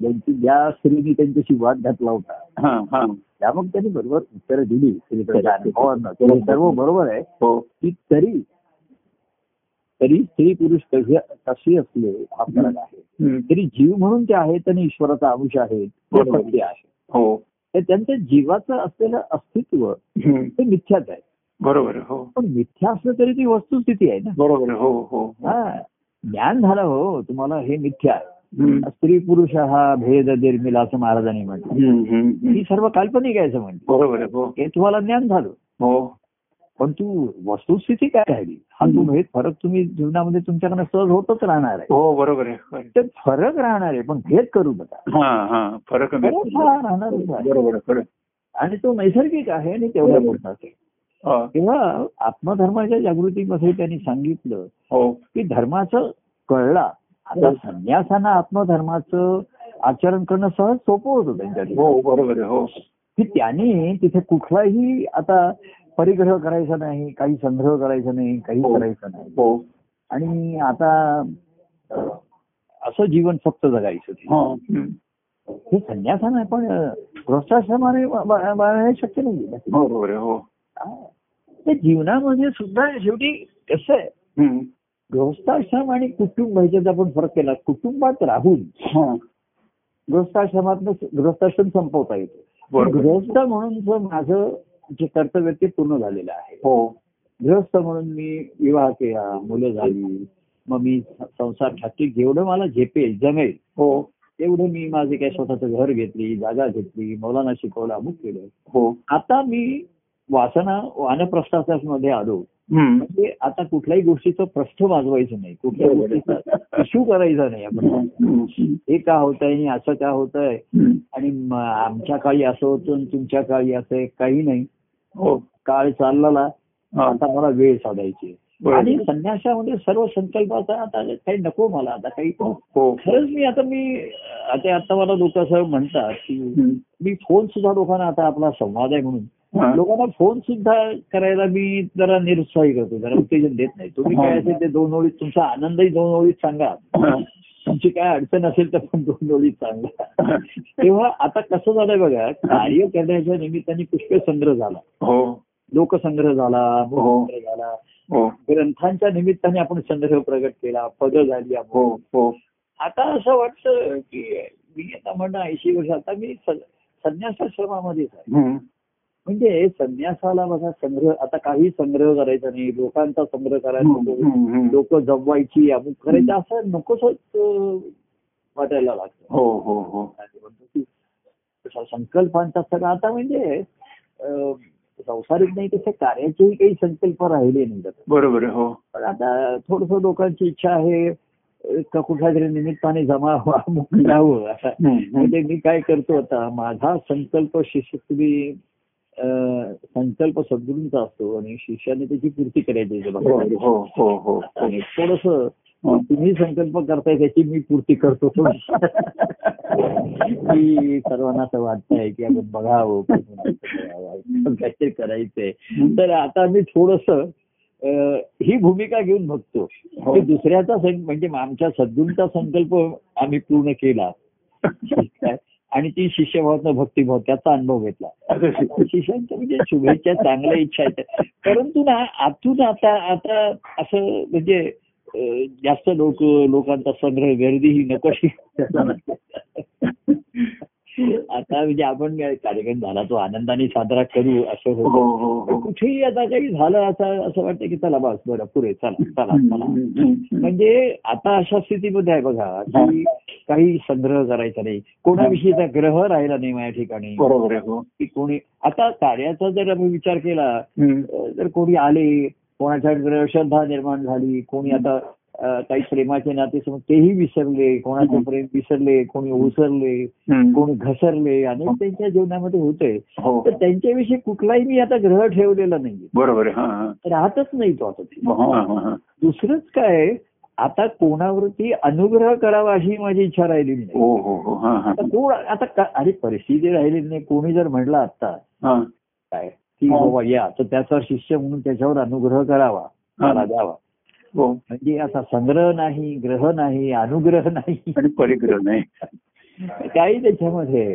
त्यांची ज्या स्त्रीने त्यांच्याशी वाद घातला होता
हा हा
त्या मग त्यांनी बरोबर उत्तर दिली स्त्रीकडच्या अनुभवांना ते सर्व बरोबर आहे
हो
की तरी तरी स्त्री पुरुष कशी कशी असले हा फरक आहे
हम्म.
तरी जीव म्हणून ते आहेत आणि ईश्वराचा अंश आहे ते
बरोबर.
सत्य आहे
हो
तर त्यांचं जीवाचं असलेलं अस्तित्व
हम्म.
हे मिथ्याच आहे
बरोबर आहे. हो
पण मिथ्या असलं तरी ती वस्तुस्थिती आहे ना
बरोबर आहे. हो हो हो.
हा ज्ञान झालं हो तुम्हाला हे मिथ्या आहे
हम्म.
स्त्री पुरुष हा भेद निर्मिला असं महाराजांनी म्हटलं
हम्म, हम्म,
ही
हम्म.
सर्व काल्पनिक आहे असं म्हणते
बरोबर आहे. हो
हे तुम्हाला ज्ञान झालं
हो
पण तू वस्तुस्थिती काय राहिली हा
हम्म.
तुम्ही फरक तुम्ही जीवनामध्ये तुमच्याकडनं सहज होतच राहणार आहे
हो बरोबर आहे खरं आहे.
तर फरक राहणार आहे पण भेद करू नका
हा हा फरक आहे.
फरक हा राहणारच आहे.
बरोबर आहे. खरं आहे.
आणि तो नैसर्गिक आहे आणि तेवढ्या मोठा आहे
हा.
तेव्हा आत्मधर्माच्या जागृतीमध्ये त्यांनी सांगितलं
हो
की धर्माचं कळला आता
हो.
संन्यासांना आत्मधर्माचं आचरण करणं सहज सोपं होतं त्यांच्यासाठी
हो बरोबर आहे. हो
की त्याने तिथे कुठलाही आता परिग्रह करायचा नाही काही संग्रह करायचा नाही काही
हो.
करायचं नाही
हो
आणि आता अ, असं जीवन फक्त जगायचं ते.
हा हम्म.
हे संन्यासान आहे पण अ, गृहस्थाश्रमाने बा- बा- बाळगणे शक्य नाही
बरोबर आहे हो
ते जीवनामध्ये सुद्धा शेवटी कसं आहे
हम्म.
गृहस्थाश्रम आणि कुटुंब ह्याच्यात आपण फरक केला कुटुंबात राहून
हा.
गृहस्थाश्रमात गृहस्थाश्रम संपवता येतो
बरोबर.
गृहस्थ म्हणून जो माझं जे कर्तव्य ते पूर्ण झालेलं आहे
हो
गृहस्थ म्हणून मी विवाह केला मुलं झाली मग मी संसार ठाकली जेवढं मला झेपेल जमेल
हो
तेवढं मी माझे काय स्वतःचं घर घेतली जागा घेतली मौलाना शिकवलं अमुक केलं
हो
आता मी वासना वानप्रस्थाच्यामध्ये आलो
हम्म.
म्हणजे आता कुठल्याही गोष्टीचं प्रस्थ वाजवायचं नाही कुठल्या
बरोबर.
गोष्टीचा इश्यू करायचा नाही आपण
हम्म.
हे का होत आहे असं का होत आहे
हम्म.
आणि म- आमच्या काळी असं होतं आणि तुमच्या काळी असं आहे काही नाही
हो
काळ चाललेला
हा.
आता मला वेळ साधायची आहे.
बरोबर.
आणि संन्यासामध्ये सर्व संकल्पाचा आता काही नको मला आता काही
हो
खरंच मी आता मी आता आता मला लोक असं म्हणतात की
हम्म.
मी फोन सुद्धा लोकांना आता आपला संवाद आहे म्हणून
हा.
लोकांना फोन सुद्धा करायला मी जरा निरुत्साही करतो जरा उत्तेजन देत नाही तुम्ही काय असेल ते दोन ओळीत तुमचा आनंदही दोन ओळीत सांगा
हा.
तुमची काय अडचण असेल तर पण दोन ओळीत सांगा तेव्हा आता कसं झालंय बघा कार्य करण्याच्या निमित्ताने पुष्कळ संग्रह झाला
हो
लोकसंग्रह झाला
हो.
संग्रह झाला
हो
ग्रंथांच्या निमित्ताने आपण संग्रह प्रगट केला पद झाली आपण.
हो हो
आता असं वाटतं की मी आता म्हणणं ऐंशी वर्ष आता मी स- संन्यासाश्रमामध्येच आहे
हम्म.
म्हणजे संन्यासाला माझा संग्रह आता काही संग्रह करायचा नाही लोकांचा संग्रह करायचा
हम्म.
नाही.
हम्म.
लोक जमवायची अमुक करायचं असं नकोसच अं, वाटायला लागतं
हो हो हो
आणि म्हणतो की स- संकल्पांचा सगळा आता म्हणजे अं, संसारिक नाही तसे कार्याचेही काही संकल्प राहिले नाही जात
बरोबर आहे, हो
पण आता थोडस लोकांची इच्छा आहे अं, का कुठल्या तरी निमित्ताने जमा व्हा, अमुक जावं आता
हम्म.
म्हणजे मी काय करतो आता माझा संकल्प शिष्यत्री संकल्प सद्गुरूंचा असतो आणि शिष्याने त्याची पूर्ती करायची आहे
हो
जबाबदारी.
हो हो हो हो.
आणि थोडस तुम्ही संकल्प करताय त्याची मी पूर्ती करतो की सर्वांना असं वाटतंय की आपण बघावं कोणी असं करावं, काहीतरी करायचंय तर आता मी थोडस ही भूमिका घेऊन बघतो
हो.
की दुसऱ्याचा सं- म्हणजे आमच्या सद्गुरूंचा संकल्प आम्ही पूर्ण केला आणि ती शिष्यभावातनं भक्तिभाव त्याचा अनुभव घेतला
असं शिक-
शिष्यांच्या म्हणजे शुभेच्छा चांगल्या इच्छा आहेत परंतु ना आतून आता आता असं म्हणजे अं, जास्त लोक लोकांचा संग्रह गर्दी ही नको अशी आता म्हणजे आपण काय कार्यक्रम झाला तो आनंदाने साजरा करू असं
हो
होतं
हो
पण
हो
कुठेही आता काही झालं असं असं वाटतं की चला बस बरं पुरे चला चला चला
हम्म.
म्हणजे आता अशा स्थितीमध्ये आहे बघा की काही संग्रह करायचा नाही कोणाविषयीचा ग्रह राहिला नाही माझ्या ठिकाणी
बरोबर आहे हो
की कोणी आता कार्याचा जर आपण विचार केला
हम्म.
अ, तर कोणी आले कोणाच्या श्रद्धा निर्माण झाली कोणी आता अ, काही प्रेमाचे नाते समोर तेही विसरले कोणाचं
हम्म.
प्रेम विसरले कोणी ओसरले
हम्म.
कोणी घसरले अनेक त्यांच्या जीवनामध्ये होते
हो
तर त्यांच्याविषयी कुठलाही मी आता ग्रह ठेवलेला नाहीये
बरोबर आहे हा, हा.
राहतच नाही तो आता तिथे.
हा, हा, हा.
दुसरंच काय आता कोणावरती अनुग्रह करावा अशी माझी इच्छा राहिलेली नाही
हो हो हो हा हा
आता कोण आता का- अरे परिस्थिती राहिलेली नाही कोणी जर म्हणला आता
हा
काय की
हो.
बाबा या तर त्याचा शिष्य म्हणून त्याच्यावर अनुग्रह करावा मला द्यावा
हो
म्हणजे असा संग्रह नाही ग्रह नाही अनुग्रह नाही
आणि परिग्रह नाही
काही त्याच्यामध्ये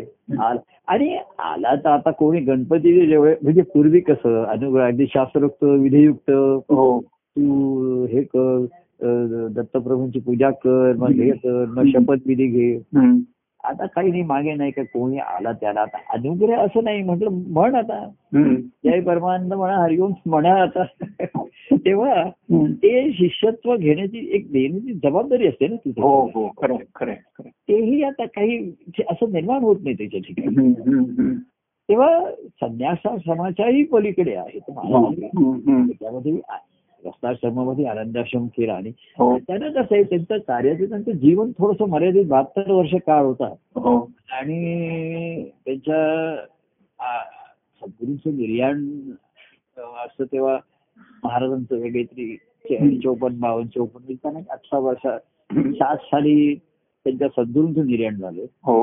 आल- आणि आला तर आता कोणी गणपतीचे जेवढे म्हणजे पूर्वी कसं अनुग्रह अगदी शास्त्रोक्त विधियुक्त
हो
तू हे कर अ, दत्तप्रभूंची पूजा कर मग हे कर मग शपथविधी घे
हम्म.
आता काही नाही मागे नाही का कोणी आला त्याला आता अनुग्रह असं नाही म्हटलं म्हण आता
हम्म.
जय परमानंद म्हणा हरिओम म्हणा आता तेव्हा
हम्म.
ते शिष्यत्व घेण्याची एक देण्याची जबाबदारी असते ना तिथे
हो हो खरं आहे, खरं आहे, खरं आहे.
तेही आता काही जे असं निर्माण होत नाही त्याच्या ठिकाणी
हम्म, हम्म, हम्म.
तेव्हा संन्यासाश्रमाच्याही पलीकडे आहे तर मला वाटतं
हो. हम्म, हम्म.
त्यामध्ये आ- रस्ताश्रमामध्ये आनंदाश्रम केला आणि
हो
त्यानं कसं आहे त्यांचं कार्याचं त्यांचं जीवन थोडस मर्यादित बहात्तर वर्ष काळ होता
हो
आणि त्यांच्या आ, सद्गुरूंचं निर्याण अ, असतं तेव्हा महाराजांचं वेगळे तरी चौपन्न बावन्न चौपन्न त्यांना अठरा वर्षा सात साली त्यांच्या सद्गुरूंचं निर्याण झालं
हो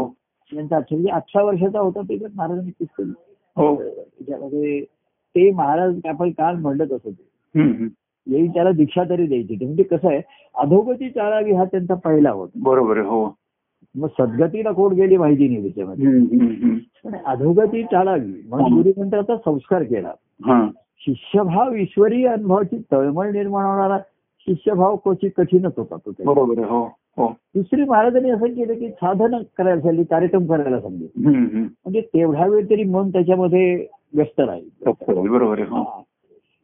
त्यांचा अठरा म्हणजे अठरा वर्षाचा होता त्याच्यात महाराजांनी पुस्तक
हो
त्याच्यामध्ये ते महाराज आपण काल म्हणत असत होते.
हम्म, हम्म.
येईल त्याला दीक्षा तरी द्यायची होती. म्हणजे कसं आहे अधोगती चालावी हा त्यांचा पहिला होता
बरोबर आहे, हो
मग सद्गतीला कोण गेली माहिती नाही त्याच्यामध्ये
हम्म, हम्म, हम्म.
पण अधोगती चालावी म्हणून गुरु मंत्राचा संस्कार केला
हा.
शिष्यभाव ईश्वरी अनुभवाची तळमळ निर्माण होणारा शिष्यभाव क्वचित कठीणच होता तो त्यावेळी.
बरोबर आहे, हो हो
दुसरी महाराजांनी असं केलं की साधन करायला सांगितली कार्यक्रम करायला सांगितले
हम्म, हम्म.
म्हणजे तेवढा वेळ तरी मन त्याच्यामध्ये व्यस्त राहील
हो, बरोबर आहे, हो
हा.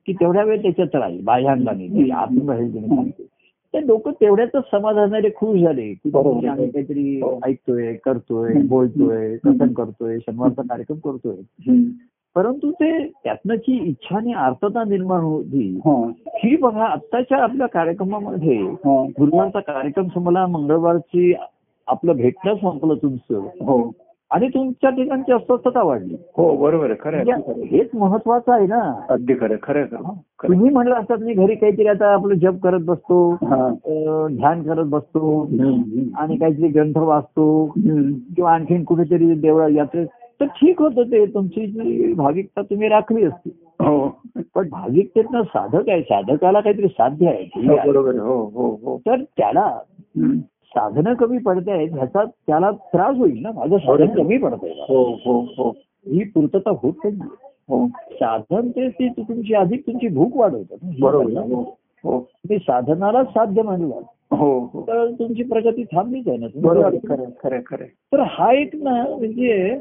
की तेवढा वेळ त्याच्यात राहील बाह्यांगाने ते आतून राहील की नाही सांगते. ते लोक तेवढ्याच समाधानाने खुश झाले की
बरोबर.
म्हणजे आम्ही काहीतरी
हो.
ऐकतोय करतोय
हम्म.
बोलतोय
हम्म.
कथन करतोय शनिवारचा कार्यक्रम करतोय
हम्म.
परंतु ते त्यातनं जी इच्छा आणि आर्थता निर्माण होती
हा,
ही बघा आत्ताच्या आपल्या कार्यक्रमामध्ये
हा.
गुरुवारचा कार्यक्रम संपला मंगळवारची आपलं भेटणं संपलं तुमचं
हो
आणि तुमच्या ठिकाणची अस्वस्थता वाढली
हो बरोबर आहे खरं आहे, खरं
म्हणजे
आहे.
हेच महत्वाचं आहे ना
अगदी खरं आहे, खरं आहे, खरं आहे. खरं आहे.
तुम्ही म्हणलं असतात मी घरी काहीतरी आता आपलं जप करत बसतो
हा.
अं, ध्यान करत बसतो
हम्म, हम्म.
आणि काहीतरी ग्रंथ वाचतो
हम्म.
किंवा आणखीन कुठेतरी देवळा यात्रेत तर ठीक होतं ते तुमची जी भाविकता तुम्ही राखली असती
हो
पण भाविकतेतनं साधक आहे साधकाला काहीतरी साध्य आहे ध्येय आहे.
बरोबर आहे, हो हो हो
तर त्याला
हम्म.
साधनं कमी पडत आहेत ह्याचा त्याला त्रास होईल ना माझं साधन कमी पडत आहे
हो हो हो
ही पूर्तता होत नाही
हो
साधन ते ती तु- तुमची अधिक तुमची भूक वाढवतात
बरोबर आहे, हो हो
ते साधनाला साध्य मानलं
हो हो
तर तुमची प्रगती थांबलीच आहे ना तुमची
बरोबर आहे,
वाढ-
खरं आहे, खरं आहे, खरं आहे.
तर हा एक ना म्हणजे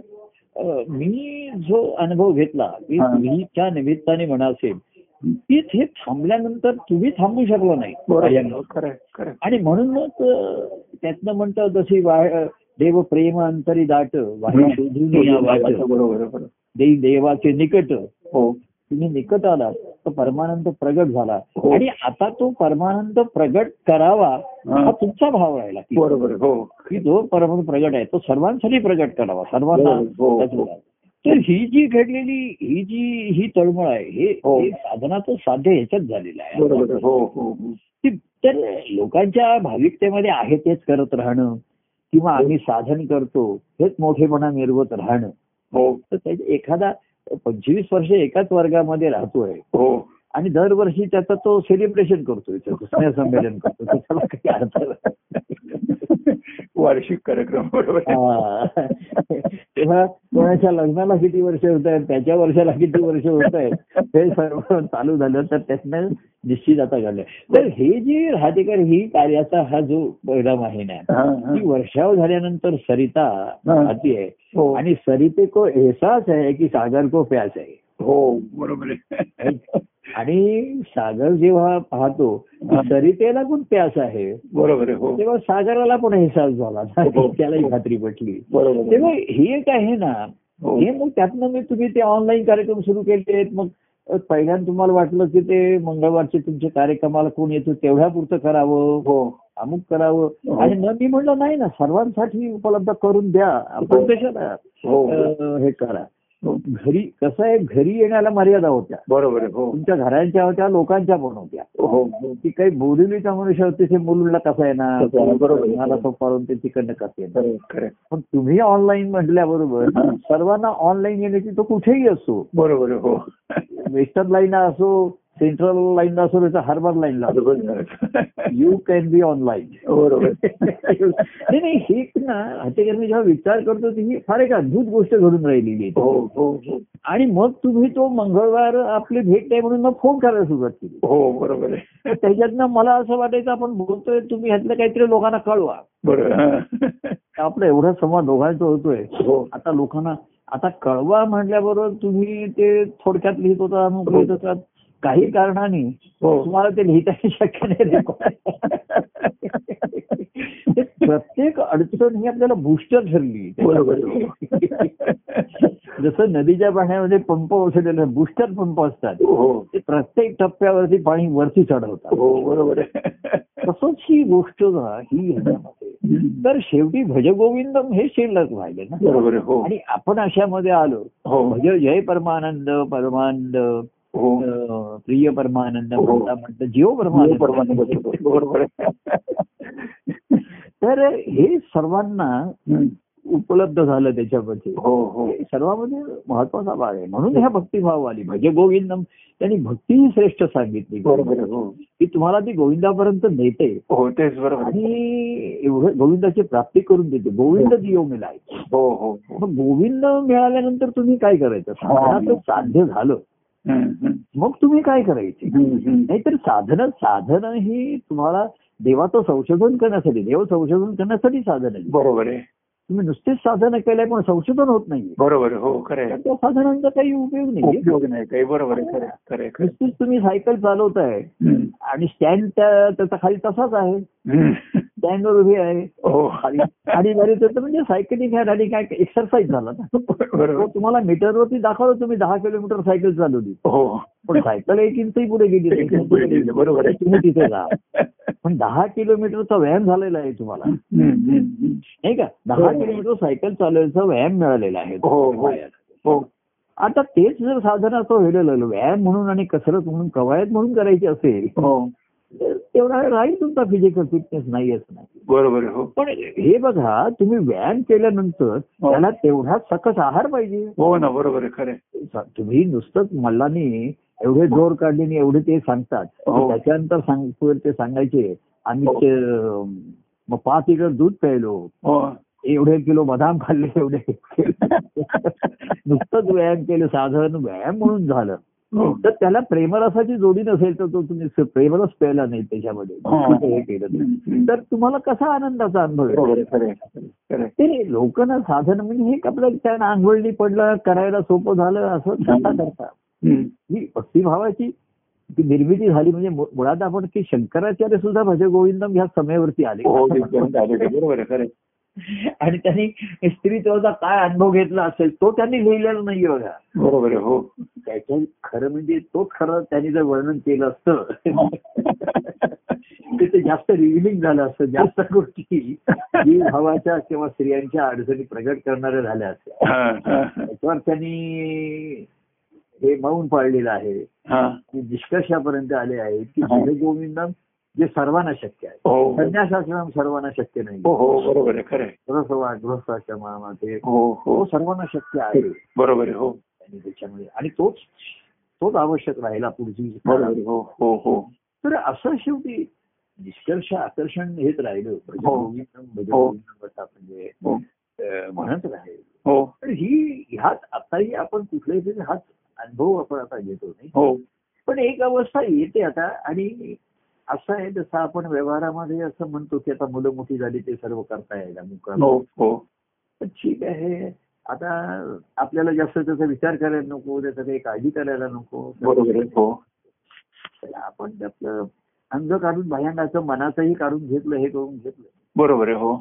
अं, मी जो अनुभव घेतला की
हा.
तुम्हीच्या निमित्ताने म्हणा असेल की ते थांबल्यानंतर तुम्ही थांबू शकलो नाही
बरोबर आहे,
बाह्यांना.
खरं आहे, खरं आहे.
आणि म्हणूनच अं, त्यातनं म्हणतात जशी वा- देव प्रेम अंतरी दाट वाही शोधून या वाट
बरोबर आहे, बरोबर आहे.
देई देवाचे निकट
हो
तुम्ही निकट आला तो परमानंद प्रगट झाला
हो.
आणि आता तो परमानंद प्रगट करावा
हा.
हा तुमचा भाव राहिला की
बरोबर आहे, हो
की जो परमानंद प्रगट आहे तो सर्वांसाठी प्रगट करावा सर्वांना
हो, हो.
त्याचा लाभ. तर ही जी घडलेली ही जी ही तळमळ आहे हे
हो.
हे साधनाचं साध्य ह्याच्यात झालेलं
बरोबर आहे,
आहे
हो हो हो.
ती- तर लोकांच्या भाविकतेमध्ये आहे तेच करत राहणं किंवा आम्ही साधन करतो हेच मोठेपणा मिरवत राहणं
हो
तर त्याच्या एखादा पंचवीस वर्ष एकाच वर्गामध्ये राहतोय
हो
आणि दरवर्षी त्याचा तो सेलिब्रेशन करतोय त्याचं स्नेहसंमेलन करतो तर त्याला काही अर्थ नाही.
वार्षिक कार्यक्रम बरोबर आहे.
हा. तेव्हा कोणाच्या लग्नाला किती वर्ष होत आहेत त्याच्या वर्षाला किती वर्ष होत आहेत हे सर्व चालू झालं तर त्यातनं निश्चित आता घडलं तर हे जे राहतेकर ही कार्याचा हा जो परिणाम आहे ना
हा, हा.
ती वर्षाव झाल्यानंतर सरिता
हा.
हाती आहे
हो
आणि सरिते को एहसास है की सागर को प्यास आहे
हो बरोबर आहे.
आणि सागर जेव्हा पाहतो की
हा.
सरितेला पण प्यास आहे
बरोबर आहे, हो
तेव्हा सागराला पण एहसास झाला
हो.
त्यालाही खात्री पटली
बरोबर
तेव्हा
आहे.
हे एक आहे ना
हो.
हे मग त्यातनं मी तुम्ही ते ऑनलाईन कार्यक्रम सुरू केले मग अ, पहिल्यांदा तुम्हाला वाटलं की ते मंगळवारचे तुमच्या कार्यक्रमाला कोण येतो तेवढ्यापुरतं करावं
हो
अमुक करावं
हो.
आणि मग मी म्हणलं नाही ना सर्वांसाठी उपलब्ध करून द्या आपण
हो.
कशाला
हो
अ, हे करा
हो.
घरी कसं आहे घरी येण्याला मर्यादा होत्या
बरोबर आहे, हो
तुमच्या घरांच्या होत्या लोकांच्या पण होत्या
हो हो
ती काही बोरिवलीचा मनुष्य होते ते मुलुंडला कसा येणार
कसं येणार, बरोबर.
मला तो पारून ते तिकडनं कसं येणार
खरं आहे, खरं आहे.
पण तुम्ही ऑनलाईन म्हटल्याबरोबर
हा.
सर्वांना ऑनलाईन येण्याची तो कुठेही असो
बरोबर आहे, हो
वेस्टर्न लाईन असो सेंट्रल लाईन असो त्याचा हार्बर लाईनला असो
बरोबर
यू कॅन बी ऑनलाईन
हो,
नाही नाही, हे एक ना हत्येकर मी जेव्हा विचार करतो ती ही फार एक अद्भुत गोष्ट घडून राहिलेली आहे.
हो हो हो
आणि मग तुम्ही तो मंगळवार आपली भेट नाही म्हणून मग फोन करायला सुरुवात केली
हो बरोबर आहे
तर त्याच्यातनं मला असं वाटायचं आपण बोलतोय तुम्ही ह्यातलं काहीतरी लोकांना कळवा
बरोबर हा.
आपला एवढा संवाद दोघांचा होतोय
हो
आता लोकांना आता कळवा म्हटल्याबरोबर तुम्ही ते थोडक्यात लिहित होता अमुक लिहित होता काही कारणाने
हो
तुम्हाला ते लिहिता शक्य नाही रेकॉर्ड. ते प्रत्येक अडचण ही आपल्याला बुस्टर ठरली
बरोबर
जसं नदीच्या पाण्यामध्ये पंप बसवलेले बुस्टर पंप असतात
हो
ते प्रत्येक टप्प्यावरती पाणी वरती चढवतात
हो बरोबर आहे
तसंच ही गोष्ट ना ही ह्याच्यामध्ये तर शेवटी भजगोविंदम हे शिल्लक राहिले ना
बरोबर आहे, हो
आणि आपण अशामध्ये आलो
हो
भज जय परमानंद परमानंद
हो
अं, प्रिय परमानंद
हो.
म्हणता म्हणता जीव
हो,
परमानंद
परमानंद बरोबर आहे. बरोबर आहे.
तर हे सर्वांना
हम्म.
उपलब्ध झालं त्याच्यामध्ये
हो हो
हे सर्वांमध्ये महत्वाचा भाग आहे म्हणून ह्या भक्तिभाव आली म्हणजे गोविंदम त्यांनी भक्ती ही श्रेष्ठ सांगितली
बरोबर आहे, हो
की तुम्हाला ती गोविंदापर्यंत नेते
हो तेच बरोबर आहे.
आणि एवढं गोविंदाची प्राप्ती करून देते गोविंद दियो मिलाय
हो हो हो
मग गोविंद मिळाल्यानंतर तुम्ही काय करायचं साधनाचं साध्य झालं
हम्म, हम्म.
मग तुम्ही काय करायचे
हम्म, हम्म.
नाहीतर साधन साधन ही तुम्हाला देवाचं संशोधन करण्यासाठी देव संशोधन करण्यासाठी साधन आहे
बरोबर आहे
तुम्ही नुसतेच साधन केलंय पण संशोधन होत नाहीये
बरोबर आहे, हो खरं
तर
आहे
त्या साधनांचा काही उपयोग नाही
उपयोग नाही काही बरोबर आहे खरं आहे, खरं आहे, खरं आहे.
नुसतीच तुम्ही सायकल चालवताय
हम्म.
आणि स्टँड त्या- त्याचा खाली तसाच आहे
हम्म.
स्टँडवर उभी आहे
हो
आणि आणि बरेच तर म्हणजे सायकलिंग ह्या आणि काय एक्सरसाइज झाला ना
बरोबर
तो तुम्हाला मीटरवरती दाखवलं तुम्ही दहा किलोमीटर सायकल चालवली
हो
पण सायकल एक इंचही पुढे गेली नाही.
एक इंच पुढे गेली, बरोबर आहे.
तुम्ही तिथे जा पण दहा किलोमीटरचा व्यायाम झालेला आहे तुम्हाला
हम्म, हम्म, हम्म.
नाही का दहा किलोमीटर सायकल चालवायचा व्यायाम मिळालेला आहे
हो, हो.
पायाला.
हो
आता तेच जर साधन असं व्हायला लागलं व्यायाम म्हणून आणि कसरत म्हणून कवायत म्हणून करायची असेल
हो
तर तेवढा वेळ राहील तुमचा फिजिकल फिटनेस नाही असं नाही
बरोबर आहे, हो
पण हे बघा तुम्ही व्यायाम केल्यानंतर त्याला तेवढा सकस आहार पाहिजे
हो ना बरोबर आहे खरं आहे.
स- तुम्ही नुसतंच मल्लानी एवढे जोर काढले आणि एवढे ते सांगतात
हो.
त्याच्यानंतर सांग ते सांगायचे आम्ही
हो.
ते, अं, मग पाच लिटर दूध प्यायलो
हो
एवढे किलो बदाम खाल्ले एवढे नुसतंच व्यायाम केलं साधारण व्यायाम म्हणून झालं
हो
तर त्याला प्रेमरसाची जोडी नसेल तर तो तुम्ही स- प्रेमरस प्यायला नाही त्याच्यामध्ये
हो.
कुठे हे केलं ते.
हम्म, हम्म.
तर तुम्हाला कसा आनंदाचा अनुभव येतो?
बरोबर आहे, खरं आहे, खरं आहे.
ते लोकांना साधन म्हणजे हे आपलं त्यांना आंघोळली पडलं करायला सोपं झालं असं करता करता
हम्म.
ही भक्तिभावाची ती निर्मिती झाली म्हणजे मु- मुळात आपण की शंकराचार्य सुद्धा भज गोविंदम ह्या समेवरती आले
हो ते पर्यंत आले ते, बरोबर आहे खरं आहे.
आणि त्यांनी स्त्रीत्वाचा काय अनुभव घेतला असेल तो त्यांनी लिहिलेला नाही बघा
बरोबर आहे हो
त्याच्या खरं म्हणजे तोच खरं त्यांनी जर वर्णन केलं असतं तर ते जास्त रिव्हिलिंग झालं असतं जास्त गोष्टी भावाच्या किंवा स्त्रियांच्या अडचणी प्रगट करणाऱ्या झाल्या असत्या
हा, हा,
त्याच्यावर त्यांनी हे मौन पाळलेलं आहे
हा.
की निष्कर्षापर्यंत आले आहेत की
हा.
भज गोविंदम जे सर्वांना शक्य आहे
हो
संन्यासाश्रम सर्वांना शक्य नाही
हो हो बरोबर आहे खरं आहे.
रसवा गृहस्थाश्रमामध्ये
हो
तो
हो
सर्वांना शक्य आहे
बरोबर आहे हो
आणि त्याच्यामुळे आणि तोच तोच आवश्यक राहिला पुढची जी
बरोबर
काळात.
आहे, हो हो हो
तर असं शेवटी निष्कर्ष आकर्षण हेच राहिलं भज
हो.
गोविंदम भज
हो.
गोविंदम असं आपण जे,
हो
अं, म्हणजे, म्हणत राहील
हो
तर ही ह्याच आताही आपण कुठल्याही तरी हाच अनुभव आपण आता घेतो नाही
हो
पण एक अवस्था येते आता आणि असं आहे जसं आपण व्यवहारामध्ये असं म्हणतो की आता मुलं मोठी झाली ते सर्व करता येईल अमुक करता
हो
येईल.
हो
पण ठीक आहे आता आपल्याला जास्त त्याचा विचार करायला नको त्याचा काही काळजी करायला नको
बरोबर आहे हो
तर आपण त्यातलं अंग काढून भायंडाचं मनाचंही काढून घेतलं हे करून घेतलं
बरोबर आहे हो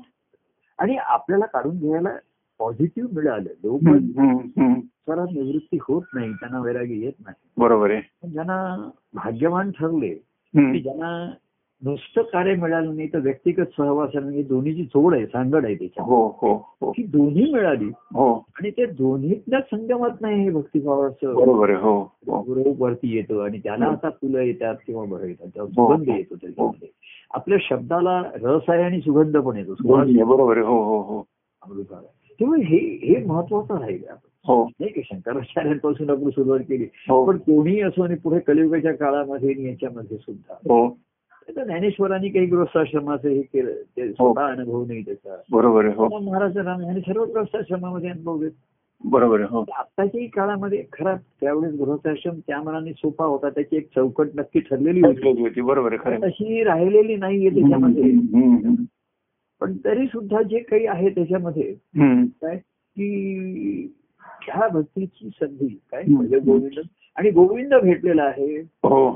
आणि आपल्याला काढून घ्यायला पॉझिटिव्ह मिळालं लोक
हम्म, हम्म, हम्म.
सर्व निवृत्ती होत नाही त्यांना वैरागी येत नाही
बरोबर आहे
पण ज्यांना भाग्यवान ठरले की
हम्म.
ज्यांना नुसतं कार्य मिळालं नाही तर व्यक्तिगत सहवास आणि ही दोन्हीची जोड आहे सांगड आहे त्याच्यामध्ये
हो हो हो
ही दोन्ही मिळाली
हो
आणि त्या दोन्हीतल्या संगमात नाही हे भक्तिभावाचं
बरोबर आहे हो हो
स्वरूप वरती येतो आणि त्याला आता फुलं येतात किंवा बरं येतात त्याला
हो.
सुगंध येतो त्याच्यामध्ये आपल्या शब्दाला रस आहे आणि सुगंध पण येतो सुवास
दोन्ही आहे, बरोबर आहे हो हो हो
अमृताला तेव्हा हे हे महत्वाचं राहील आपण
हो
नाही का शंकराचार्यांपासून आपण सुरुवात केली
हो
पण कोणीही असो आणि पुढे कलियुगाच्या काळामध्ये आणि याच्यामध्ये सुद्धा
हो
तर ज्ञानेश्वरांनी काही गृहस्थाश्रमाचं हे केलं ते स्वतः अनुभव नाही त्याचा
बरोबर आहे हो
तुकाराम महाराजांना आणि सर्व गृहस्थाश्रमामध्ये अनुभव घेत
बरोबर आहे हो
आत्ताच्याही काळामध्ये खरा त्यावेळेस गृहस्थाश्रम त्या मनाने सोपा होता त्याची एक चौकट नक्की ठरलेली होती
ऐकलेली होती बरोबर आहे हो. खरं आहे.
तशी राहिलेली नाहीये त्याच्यामध्ये
हम्म, हम्म,
पण तरी सुद्धा जे काही आहे त्याच्यामध्ये
हम्म.
काय की ह्या भक्तीची संधी काय
हम्म.
म्हणजे गोविंद आणि गोविंद भेटलेला आहे
हो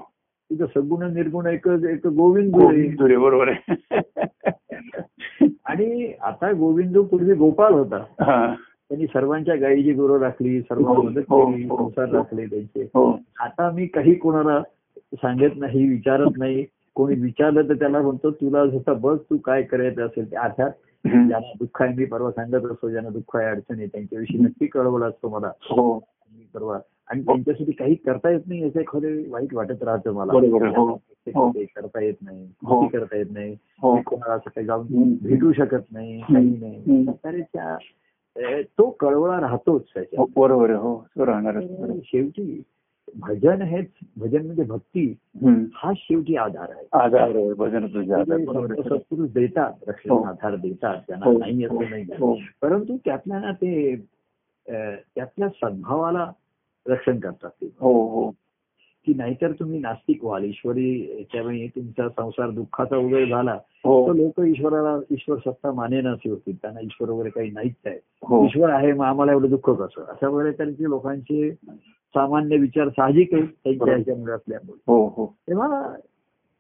तुझं सगुण निर्गुण एकच एक गोविंद आहे.
गोविंद तुरे, बरोबर आहे
आणि आता गोविंद पूर्वी गोपाल होता
हा
त्यांनी सर्वांच्या गायीची गुरु राखली सर्वांना
हो,
मदत
हो,
केली
हो.
संसार राखले त्यांचे
हो
आता मी काही कोणाला सांगत नाही विचारत नाही कोणी विचारलं तर त्याला म्हणतो तुला जसं बघ तू काय करायचं असेल ते अर्थात
हम्म.
ज्यांना दुःख आहे मी परवा सांगत असतो ज्यांना दुःख आहे अडचण आहे त्यांच्याविषयी नक्की कळवलं असतो मला
हो
मी परवा आणि त्यांच्यासाठी काही करता येत नाही याचं खरं वाईट वाटत राहतं मला
बरोबर आहे. हो. हो.
काही करता येत नाही
हो.
किती करता येत नाही
हो
मी कोणाला असं काही जाऊन
हम्म.
भेटू शकत नाही काही नाही
हम्म.
तर त्या अ, तो कळवळा राहतोच
हो,
त्याच्यात
बरोबर आहे. हो तो राहणारच
तर शेवटी भजन हेच भजन म्हणजे भक्ती
हम्म.
हा शेवटी आधार आहे
आधार आहे भजन तुझ्या आधार बरोबर आहे.
सत्पुरुष देतात
हो.
रक्षण आधार देतात त्यांना
हो.
नाही असं नाही
हो.
परंतु त्यातल्या ना ते अ, त्यातल्या सद्भावाला रक्षण करतात ते
हो हो
की नाहीतर तुम्ही नास्तिक व्हाल ईश्वरी त्यावेळी तुमचा संसार दुःखाचा वगैरे झाला तर
हो
लोक ईश्वराला ईश्वर सत्ता माने नसे होती त्यांना ईश्वर वगैरे काही नाहीच आहे
हो
ईश्वर आहे मग आम्हाला एवढं दुःख कसं अशा वगैरे त्यांचे लोकांचे सामान्य विचार साहजिक आहे त्यांच्या
बरोबर.
ह्याच्यामुळे असल्यामुळे
हो हो
तेव्हा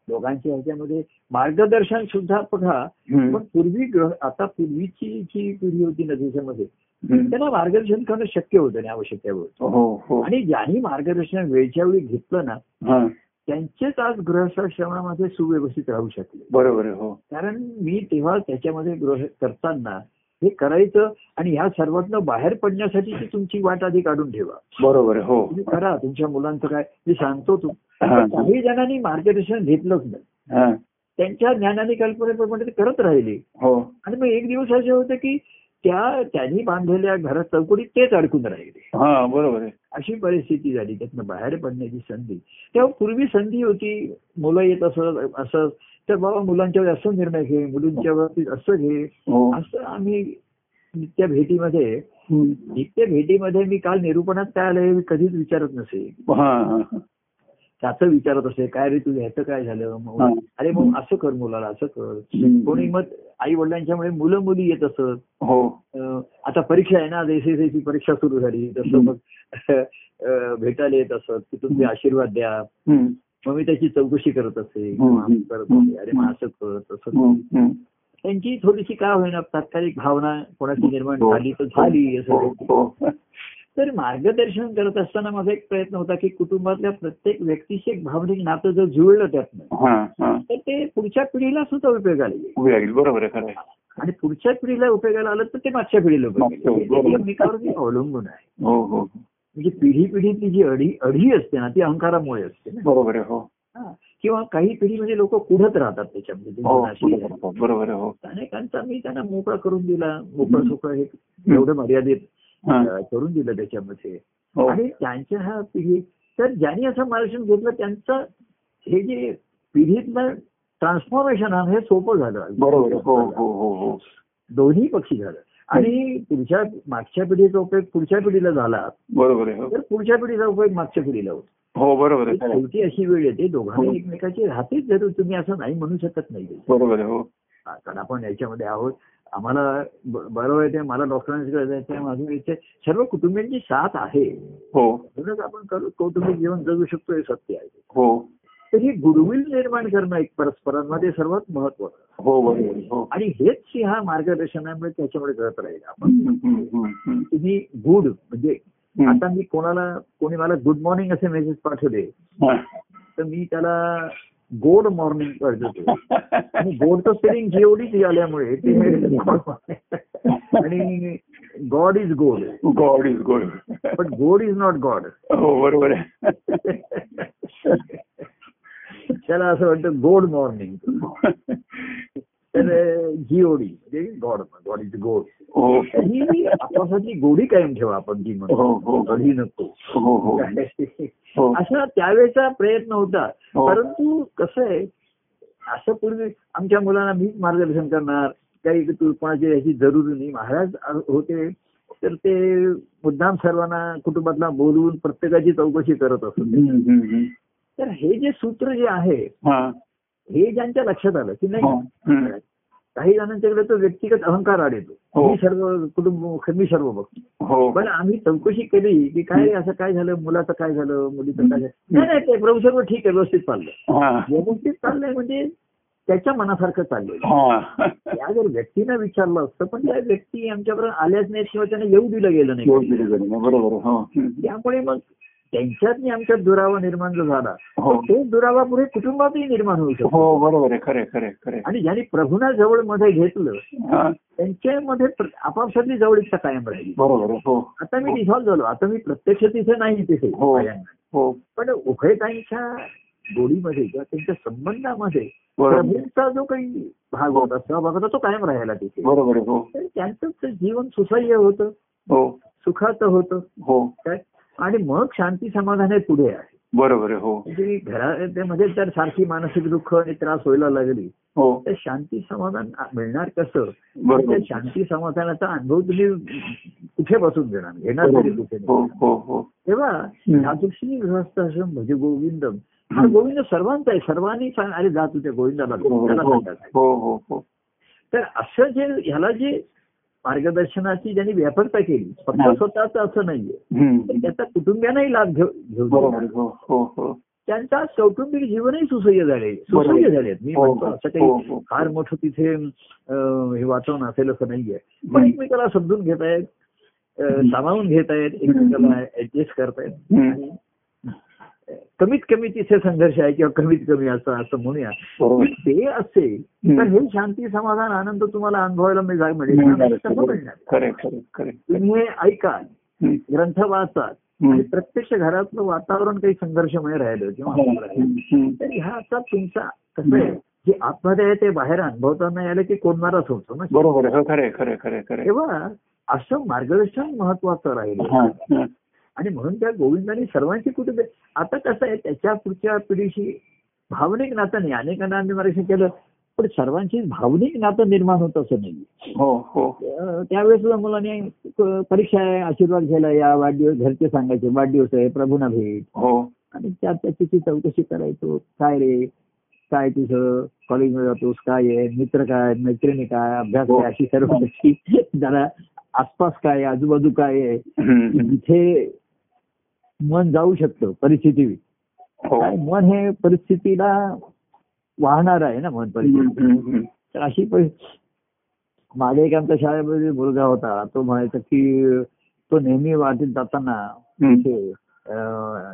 लोकांच्या ह्याच्यामध्ये मार्गदर्शन सुद्धा बघा
हम्म.
पण पूर्वी ग्रह आता पूर्वीची जी पिढी होती नदीच्या मध्ये
हम्म.
त्यांना मार्गदर्शन करणं शक्य होतं आणि आवश्यक आहे होतं
हो हो
आणि ज्यांनी मार्गदर्शन वेळच्या वेळी घेतलं ना
हा
त्यांचेच आज गृहस्थाश्रमामध्ये सुव्यवस्थित राहू शकले
बरोबर आहे. हो
कारण मी तेव्हा त्याच्यामध्ये गृह करताना हे करायचं आणि ह्या सर्वातनं बाहेर पडण्यासाठीची तुमची वाट आधी काढून ठेवा
बरोबर आहे. हो
तुम्ही करा तुमच्या मुलांचं काय मी सांगतो तू
हा.
काही जणांनी मार्गदर्शन घेतलंच नाही
हा.
त्यांच्या ज्ञानाने कल्पनेप्रमाणे ते करत राहिले
हो
आणि मग एक दिवस असे होते की त्या त्यांनी बांधलेल्या घरात चौकटीत तेच अडकून राहिले
हा बरोबर आहे.
अशी परिस्थिती झाली त्यातनं बाहेर पडण्याची संधी तेव्हा पूर्वी संधी होती मुलं येत असत असं तर बाबा मुलांच्यावर असं निर्णय घे मुलींच्या बाबतीत असं घे
हो
असं आम्ही नित्य भेटीमध्ये
हम्म.
नित्य भेटीमध्ये मी काल निरूपणात काय आलं हे कधीच विचारत नसे
हा हा हा.
त्याचं विचारत असे काय रे तुझं ह्याचं काय झालं
हा.
मग अरे मग असं कर मुलाला असं कर
हम्म.
कोणी मग आई वडिलांच्यामुळे मुलं मुली येत असत
हो
अं, आता परीक्षा आहे ना आज SSLC ची परीक्षा सुरू झाली तसं मग अं, भेटायला येत असत की तुमचे आशीर्वाद द्या
हम्म.
मग मी त्याची चौकशी करत असे
हम्म.
मग करत असे अरे मग असं कर तसं कर.
हम्म. हम्म.
त्यांची थोडीशी का होईना तात्कालिक भावना कोणाची निर्माण
हो.
झाली तर झाली
हो
असं
हो
तर मार्गदर्शन करत असताना माझा एक प्रयत्न होता की कुटुंबातल्या प्रत्येक व्यक्तीशी एक भावनिक नातं जर जुळलं त्यातनं
हा हा
तर ते पुढच्या पिढीला सुद्धा उपयोगाला येईल
उभी राहील बरोबर आहे खरं आहे.
आणि पुढच्या पिढीला उपयोगाला आलं तर ते मागच्या पिढीला उपयोगाला येईल.
मागच्या, बरोबर.
एकमेकावरती अवलंबून आहे
हो हो
म्हणजे पिढी पिढीतली जी अढी अढी असते ना ती अहंकारामुळे असते ना
बरोबर आहे हो
हा. किंवा काही पिढीमध्ये लोक कुढत राहतात त्याच्यामध्ये ते
हो
मनाशी.
बरोबर आहे. बरोबर आहे. हो
अनेकांचा मी त्यांना मोकळा करून दिला मोकळा
हम्म.
सोकळा हे एवढं मर्यादित
हा.
अ, करून दिलं त्याच्यामध्ये
हो
आणि त्यांच्या ह्या पिढी तर ज्यांनी असं मार्गदर्शन घेतलं त्यांचं हे जे पिढीतलं ट्रान्सफॉर्मेशन आहे हे सोपं
बरोबर आहे. हो
झालं
हो हो हो
दोन्ही पक्षी झालं आणि पुढच्या मागच्या पिढीचा उपयोग पुढच्या पिढीला झाला
बरोबर आहे. हो.
तर पुढच्या पिढीचा उपयोग मागच्या पिढीला होतो
हो बरोबर आहे. खरं आहे.
शेवटी अशी वेळ येते
हो.
दोघांनी एकमेकाची राहतेच जरूर तुम्ही असं नाही म्हणू शकत नाही
बरोबर आहे. हो
हा, कारण आपण याच्यामध्ये आहोत आम्हाला ब- बरोबर आहे ते मला डॉक्टरांची गरज आहे ते माझं इथे सर्व कुटुंबियांची साथ आहे
हो
म्हणूनच आपण करू- कौटुंबिक जीवन जगू शकतो हे सत्य आहे
हो
तर ही गुडविल निर्माण करणं एक परस्परांमध्ये सर्वात महत्वाचं
हो बरोबर आहे. हो
आणि हेच की हा मार्गदर्शनामुळे त्याच्यामुळे करत राहील आपण
हम्म, हम्म, हम्म, हम्म.
तुम्ही गुड म्हणजे
हम्म.
आता मी कोणाला कोणी मला गुड मॉर्निंग असे मेसेज पाठवले
हा.
तर मी त्याला गोड मॉर्निंग पाठवतो आणि गोडचं स्पेलिंग जेवढीच आल्यामुळे ते आणि गॉड इज गोड
गॉड इज गोड
बट गोड इज नॉट गॉड
हो बरोबर आहे
त्याला असं वाटतं गोड मॉर्निंग तर जीओडी म्हणजे गॉड गॉड इज गोड
हो
ही आपापसातली गोडी कायम ठेवा आपण जी
हो,
म्हणतो
हो.
गढी नको
हो हो हो
असा त्यावेळेचा प्रयत्न होता
हो.
परंतु कसं आहे असं पूर्वी आमच्या मुलांना मीच मार्गदर्शन करणार काही तू कोणाची याची जरूर नाही महाराज आ- होते तर ते मुद्दाम सर्वांना कुटुंबातला बोलवून प्रत्येकाची चौकशी करत असत
हम्म, हम्म, हम्म.
तर हे जे सूत्र जे आहे
हा.
हे ज्यांच्या लक्षात आलं की
हो.
नाही
हम्म.
काही जणांच्याकडे तो व्यक्तिगत अहंकार आड येतो
हो.
मी सर्व कुटुंब मी सर्व बघतो
हो
पण आम्ही चौकशी केली की काय असं काय झालं मुलाचं काय झालं मुलीचं काय झालं नाही नाही ते प्रभू सर्व ठीक आहे व्यवस्थित चाललंय
हा
व्यवस्थित चाललंय म्हणजे त्याच्या मनासारखं चाललंय
हा
या जर व्यक्तीनं विचारलं असतं पण त्या व्यक्ती आमच्याकडे आल्याच नाहीत किंवा त्यांना येऊ दिलं गेलं नाही
योग्य ठिकाणी आहे. बरोबर आहे. हो हम्म.
त्यामुळे मग त्यांच्यात आणि आमच्यात दुरावा निर्माण जो झाला
हो
तो दुरावा पुढे कुटुंबातही निर्माण होऊ शकतो
हो बरोबर आहे खरे खरे खरे
आणि ज्यांनी प्रभूना जवळ मध्ये घेतलं
हा
त्यांच्यामध्ये प्र- आपापसातली जवळीकता कायम राहिली
बरोबर आहे. हो
आता मी डिझॉल्व्ह झालो आता मी प्रत्यक्ष तिथे नाही तिथे
हो.
पायांना.
हो
पण उभयतांच्या गोडीमध्ये किंवा त्यांच्या संबंधामध्ये
बरोबर
प्रभूंचा जो काही भाग होता सहभाग होता तो कायम राहिला तिथे
बरोबर आहे. हो
तर त्यांचं ते जीवन सुसह्य होतं
हो
सुखाचं होतं
हो
काय आणि मग शांती समाधाने पुढे आहे
बरोबर आहे. हो
म्हणजे घरामध्ये जर सारखी मानसिक दुःख आणि त्रास व्हायला लागली
हो
तर शांती समाधान मिळणार कसं
बरोबर
त्या शांती समाधानाचा अनुभव तुम्ही कुठे बसून देणार घेणार तरी कुठे
हो हो हो
तेव्हा
हम्म.
ह्यादृष्टीने गृहस्थाश्रम म्हणजे गोविंदम हा गोविंद सर्वांचा आहे सर्वांनी सांग अरे जा तुझ्या गोविंदाला भेट,
बरोबर
त्याला
आहे. हो
सांगायचं आहे.
हो हो हो
तर असं जे ह्याला जे मार्गदर्शनाची ज्यांनी व्यापकता केली फक्त
हा.
स्वतःच असं नाहीये तर
हम्म.
त्याचा कुटुंबियांनाही लाभ घेऊ घेऊ दिला.
बरोबर आहे. हो हो हो
त्यांचा कौटुंबिक जीवनही सुसह्य झाले
बरोबर.
सुसह्य झालेत मी
हो,
म्हणतो
हो,
असं
हो,
काही
हो.
फार मोठं तिथे अं, हे वातावरण असेल असं नाहीये पण
हम्म.
एकमेकाला समजून घेत आहेत अं, सामावून घेत आहेत एकमेकाला ऍडजस्ट करतायत
हम्म.
कमीत कमी तिथे संघर्ष आहे किंवा कमीत कमी असं असं म्हणूया
बरोबर आहे.
ते असेल तर
हो. हम्म.
हे शांती समाधान आनंद तुम्हाला अनुभवायला मिळणार म्हणजे
मिळणार
आनंद
आहे.
कसं मिळणार
खरं आहे, खरं आहे, खरं आहे.
तुम्ही हे ऐका
हम्म.
ग्रंथ वाचा आणि
हम्म.
प्रत्यक्ष घरातलं वातावरण काही संघर्षमय राहिलं किंवा
हो.
असं राहिलं.
हम्म.
तर ह्या असा तुमचा कसं आहे जे आत्महत्या आहे ते बाहेर अनुभवता नाही आलं की कोणणाराच होतो ना
बरोबर आहे. हो खरं आहे, खरं आहे, खरं आहे, खरं आहे.
तेव्हा असं मार्गदर्शन महत्वाचं राहिलं
हा, हा.
आणि म्हणून त्या गोविंदाने सर्वांची कुठे आता कसं आहे त्याच्या पुढच्या पिढीशी भावनिक नातं नाही अनेकांना आम्ही मार्गदर्शन केलं पण सर्वांची भावनिक नातं निर्माण होत असं नाही
हो हो
अं, त्यावेळेस सुद्धा मुलांनी क- परीक्षा आहे आशीर्वाद घ्यायला या वाढदिवस घरचे सांगायचे वाढदिवस आहे प्रभूना भेट
हो
आणि त्या त्याची चौकशी करायचो काय रे काय तुझं कॉलेजमध्ये जातोस काय आहे मित्र काय मैत्रिणी काय अभ्यास
हो.
काय अशी सर्व गोष्टी जरा आसपास काय आहे, आजूबाजू काय आहे
हम्म.
जिथे मन जाऊ शकतं परिस्थिती
हो
काय मन हे परिस्थितीला वाहणार आहे ना मन परिस्थिती
हम्म, हम्म,
तर अशी परि- मागे एक आमच्या शाळेमध्ये मुलगा होता तो म्हणायचा की तो नेहमी वाटेत जाताना
हम्म.
ते, अं,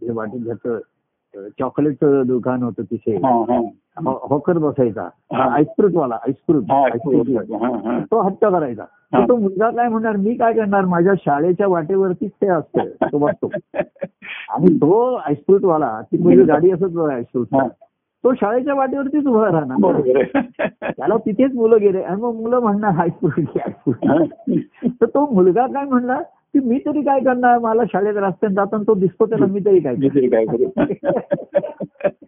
जे वाटेत घ्यायचं चॉकलेटचं दुकान होतं तिथे
हा, हा.
हॉ- हॉकर बसायचा
हा.
आईस्क्रूटवाला
हा,
आईस्क्रूट
हा, हा, हा.
तो हट्ट करायचा तर तो मुलगा काय म्हणणार मी काय करणार माझ्या शाळेच्या वाटेवरतीच ते असतं तो बसतो आणि तो आईस्क्रूट वाला ती मुली गाडी असत बघा आईस्क्रूट
हा.
तो शाळेच्या वाटेवरतीच उभा राहणार
बरोबर आहे.
त्याला तिथेच मुलं गेले आणि मग मुलं म्हणणार हायस्कूल की
हा.
हायस्कूल तर तो मुलगा काय म्हणला की मी तरी काय करणार मला शाळेत रस्त्यात जाताना तो दिसतो त्याला मी तरी काय
मी
करणार?
तरी काय करू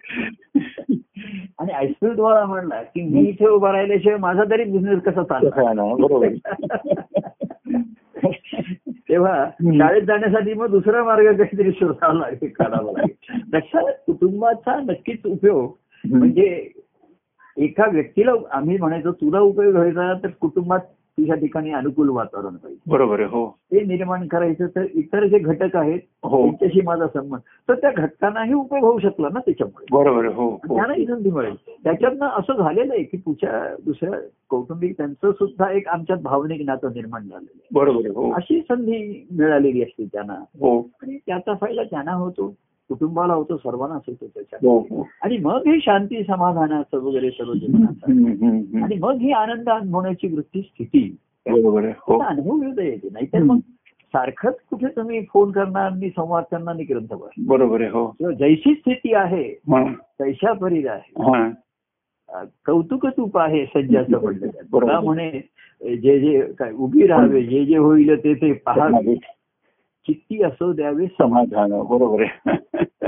आणि आईस्क्रीट वाला म्हणला की मी इथे उभा राहिल्याशिवाय माझा तरी बिझनेस कसा
कसं
चालला
आहे ना? बरोबर आहे.
तेव्हा शाळेत जाण्यासाठी मग दुसरा मार्ग काहीतरी शोधावा लागेल काढावा लागेल लक्षात कुटुंबाचा नक्कीच उपयोग म्हणजे एका व्यक्तीला आम्ही म्हणायचो तुला उपयोग व्हायचा तर कुटुंबात तुझ्या ठिकाणी अनुकूल वातावरण पाहिजे
बरोबर आहे. हो
ते निर्माण करायचं तर इतर जे घटक आहेत
हो
त्यांच्याशी माझा संबंध तर त्या घटकांनाही उपयोग होऊ शकला ना त्याच्यामुळे
बरोबर आहे. हो हो
त्यांनाही संधी मिळेल त्याच्यातनं असं झालेलं आहे की पुढच्या दुसऱ्या कौटुंबिक त्यांचं सुद्धा एक आमच्यात भावनिक नातं निर्माण झालेलं आहे
बरोबर आहे. हो
अशी संधी मिळालेली असते त्यांना
हो
आणि त्याचा फायदा त्यांना होतो कुटुंबाला होतो सर्वांनाच होतो त्याच्या
हो हो
आणि मग हे शांती समाधानाचं वगैरे सर्व जीवनाचं
हम्म, हम्म, हम्म.
आणि मग ही आनंद अनुभवण्याची वृत्ती स्थिती
बरोबर आहे. हो
त्याचा अनुभव घेता येते नाहीतर मग सारखंच कुठे तुम्ही फोन करणार आणि संवाद करणार आणि ग्रंथ वाचणार.
बरोबर आहे. हो
किंवा जैशी स्थिती आहे
हा
तैशा परीर आहे
हा
अं, कौतुक तूप आहे सज्जाचं म्हणलं जातं.
बरोबर.
बघा म्हणे जे जे काय उभी राहावे जे जे होईल ते ते पहावे चित्ती असो द्यावे समाज
समाधान बरोबर आहे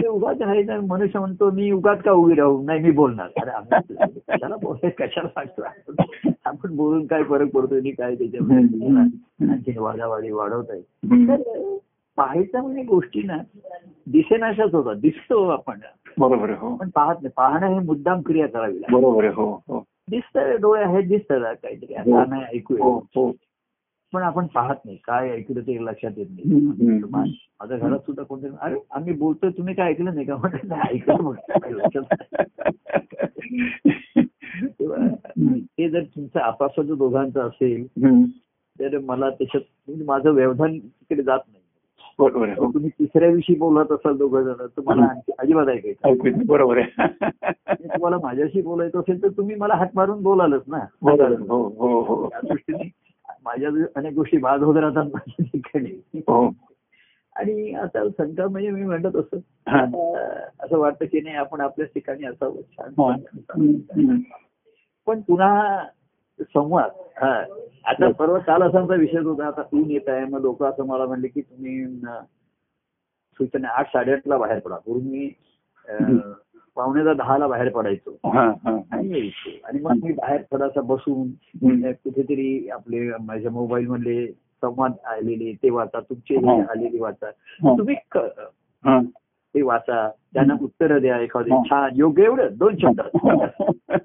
ते उगाच राहायचं मनुष्य म्हणतो मी उगाच का उभी राहू नाही मी बोलणार अरे आम्ही कशाला बोलाय कशाला लागतो आपण बोलून काय फरक पडतो आणि काय त्याच्यामध्ये आणखी वादावाडी वाढवत आहे
हम्म.
तर पाहायचं म्हणजे गोष्टी ना दिसेनाशाच होतात दिसतो आपण
बरोबर आहे. हो
पण पाहत नाही पाहणं हे मुद्दाम क्रिया करावी लागते
बरोबर आहे. हो हो
दिसतंय डोळे आहेत दिसतं काहीतरी आता नाही ऐकू
हो
येत.
हो
पण आपण पाहत नाही काय ऐकलं ते लक्षात येत नाही
हम्म.
माझ्या घरात सुद्धा कोणतरी अरे आम्ही बोलतोय तुम्ही काय ऐकलं नाही का म्हटलं नाही ऐकलं म्हटलं काही लक्षात नाही. तेव्हा ते जर तुमचं आपापसाचं दोघांचं असेल
हम्म.
तर मला त्याच्यात म्हणजे माझं व्यवधान तिकडे जात नाही
बरोबर आहे.
तर
हो
तुम्ही तिसऱ्याविषयी बोलत असाल दोघं जण तर मला आणखी अजिबात ऐकायचं
ऐकू येत नाही. बरोबर आहे
आणि तुम्हाला माझ्याशी बोलायचं असेल तर तुम्ही मला हात मारून बोलालच ना
बरोबर आहे. हो हो हो
त्या दृष्टीने माझ्या अनेक गोष्टी बाद होत राहतात माझ्या ठिकाणी
हो
आणि आता संकल्प म्हणजे मी म्हणत असतो
हा.
आता असं वाटतं की नाही आपण आपल्याच ठिकाणी असावं
हो.
छान
हम्म, हम्म.
पण पुन्हा संवाद हा आता
हो.
परवा काल असा आमचा विषय होता आता ऊन येत आहे मग लोक असं मला म्हणले की तुम्ही अं, सूचना आठ साडेआठला बाहेर पडा पूर्वी मी अं, पावणे दहाला बाहेर पडायचो
हा, हा, हा.
आणि यायचो. आणि मग मी बाहेर थोडासा बसून
हम्म.
अं, कुठेतरी आपले माझ्या मोबाईल मधले संवाद आलेले ते वाचा तुमचे हे
हा.
आलेले वाचा
हा.
तुम्ही क-
हा.
ते वाचा त्यांना उत्तर द्या एखादी
हा.
छान योग्य एवढं दोन शब्दात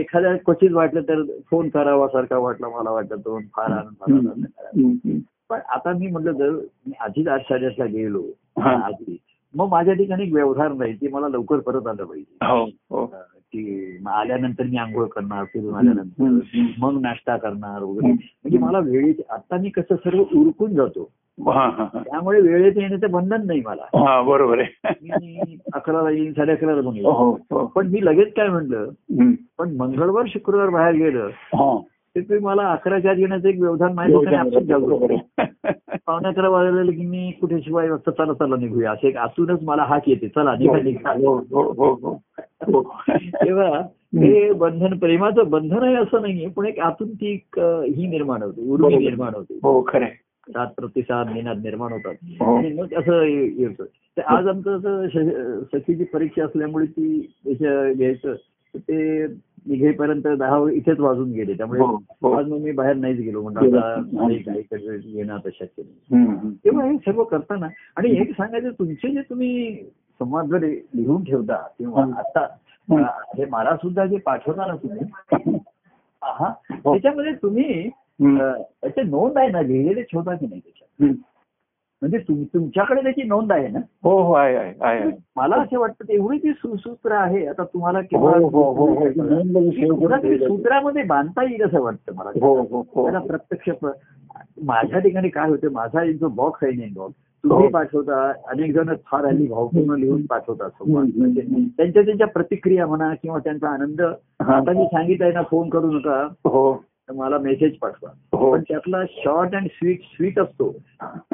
एखाद्या क्वचित वाटलं तर फोन करावा सारखा वाटला मला वाटलं तो फार आनंद
हम्म,
झाला.
हम्म, हम्म.
पण आता मी म्हटलं जर मी आधीच आश्चर्यासला गेलो
हा.
आधी मग माझ्या ठिकाणी एक व्यवहार नाही ते मला लवकर परत आलं पाहिजे
हो, हो.
अं, की मग आल्यानंतर मी आंघोळ करणार फिरून
हम्म,
आल्यानंतर
हम्म.
मग नाश्ता करणार वगैरे
हम्म.
म्हणजे मला वेळेत आता मी कसं सर्व उरकून जातो
हा, हा, हा.
त्यामुळे वेळेत येण्याचं बंधन नाही मला
हा, बरोबर आहे
मी अकराला येईन साडे अकराला पण येईन.
हो हो
पण मी लगेच काय म्हटलं
हम्म.
पण मंगळवार शुक्रवार बाहेर गेलं
हा.
ते ते मला अकराच्या आत येण्याचं एक व्यवधान माहिती होतं आणि आपण जाऊ
बरोबर आहे.
पावणे अकरा वाजलेलं की मी कुठे शिवाय वाजता चला चला निघूया असे एक आतूनच मला हाक येते चला निघा निघा
हो, हो, हो, हो. हो.
तेव्हा हे बंधन प्रेमाचं बंधन आहे असं नाहीये पण एक आतून ती एक, अं, ही निर्माण होते उर्मी
बरोबर.
निर्माण होते
हो खरं आहे.
सात प्रतिसाद निनाद निर्माण होतात
हो.
आणि मग असं ये- येतं तर आज आमचं असं श- सखीची परीक्षा असल्यामुळे ती त्याच्या घ्यायचं तर ते निघेपर्यंत दहा वे- इथेच वाजून गेले त्यामुळे
हो, हो.
आज मग मी बाहेर नाहीच गेलो म्हणून आता नाही काही काही येणं आता शक्य नाही
हम्म, हम्म.
तेव्हा हे सर्व करताना आणि एक सांगायचं तुमचे जे तुम्ही संवाद जर लिहून ठेवता किंवा
हं.
आता
हं.
अं, हे मला सुद्धा जे पाठवता ना तुम्ही हा
हो.
त्याच्यामध्ये तुम्ही
हम्म,
अं, त्याचे नोंद आहे ना लिहिलेले ठेवता की नाही त्याच्यात
हम्म.
म्हणजे तुम- तुमच्याकडे त्याची नोंद आहे ना
हो हो आहे आहे आहे, आहे
मला असे वाटतं ते एवढी ती सुसूत्र आहे आता तुम्हाला
हो
केव्हा-
हो हो हो ती नोंद लगेच
ती
save करून
कुणातरी
ठेवली आहे.
सूत्रामध्ये बांधता येईल असं वाटतं मला
हो हो हो
त्याला प्रत्यक्ष प्र- माझ्या ठिकाणी काय होतं माझा जो बॉक्स आहे नेट बॉक्स तुम्ही
हो.
पाठवता अनेक जण फार हल्ली भावपूर्ण लिहून पाठवतात संवाद. म्हणजे
हम्म, हम्म, हम्म.
त्यांच्या त्यांच्या प्रतिक्रिया म्हणा किंवा त्यांचा आनंद आता
हा.
मी सांगितलंय ना फोन करू नका
हो
तर मला मेसेज पाठवा
हो
पण त्यातला शॉर्ट अँड स्वीट स्वीट असतो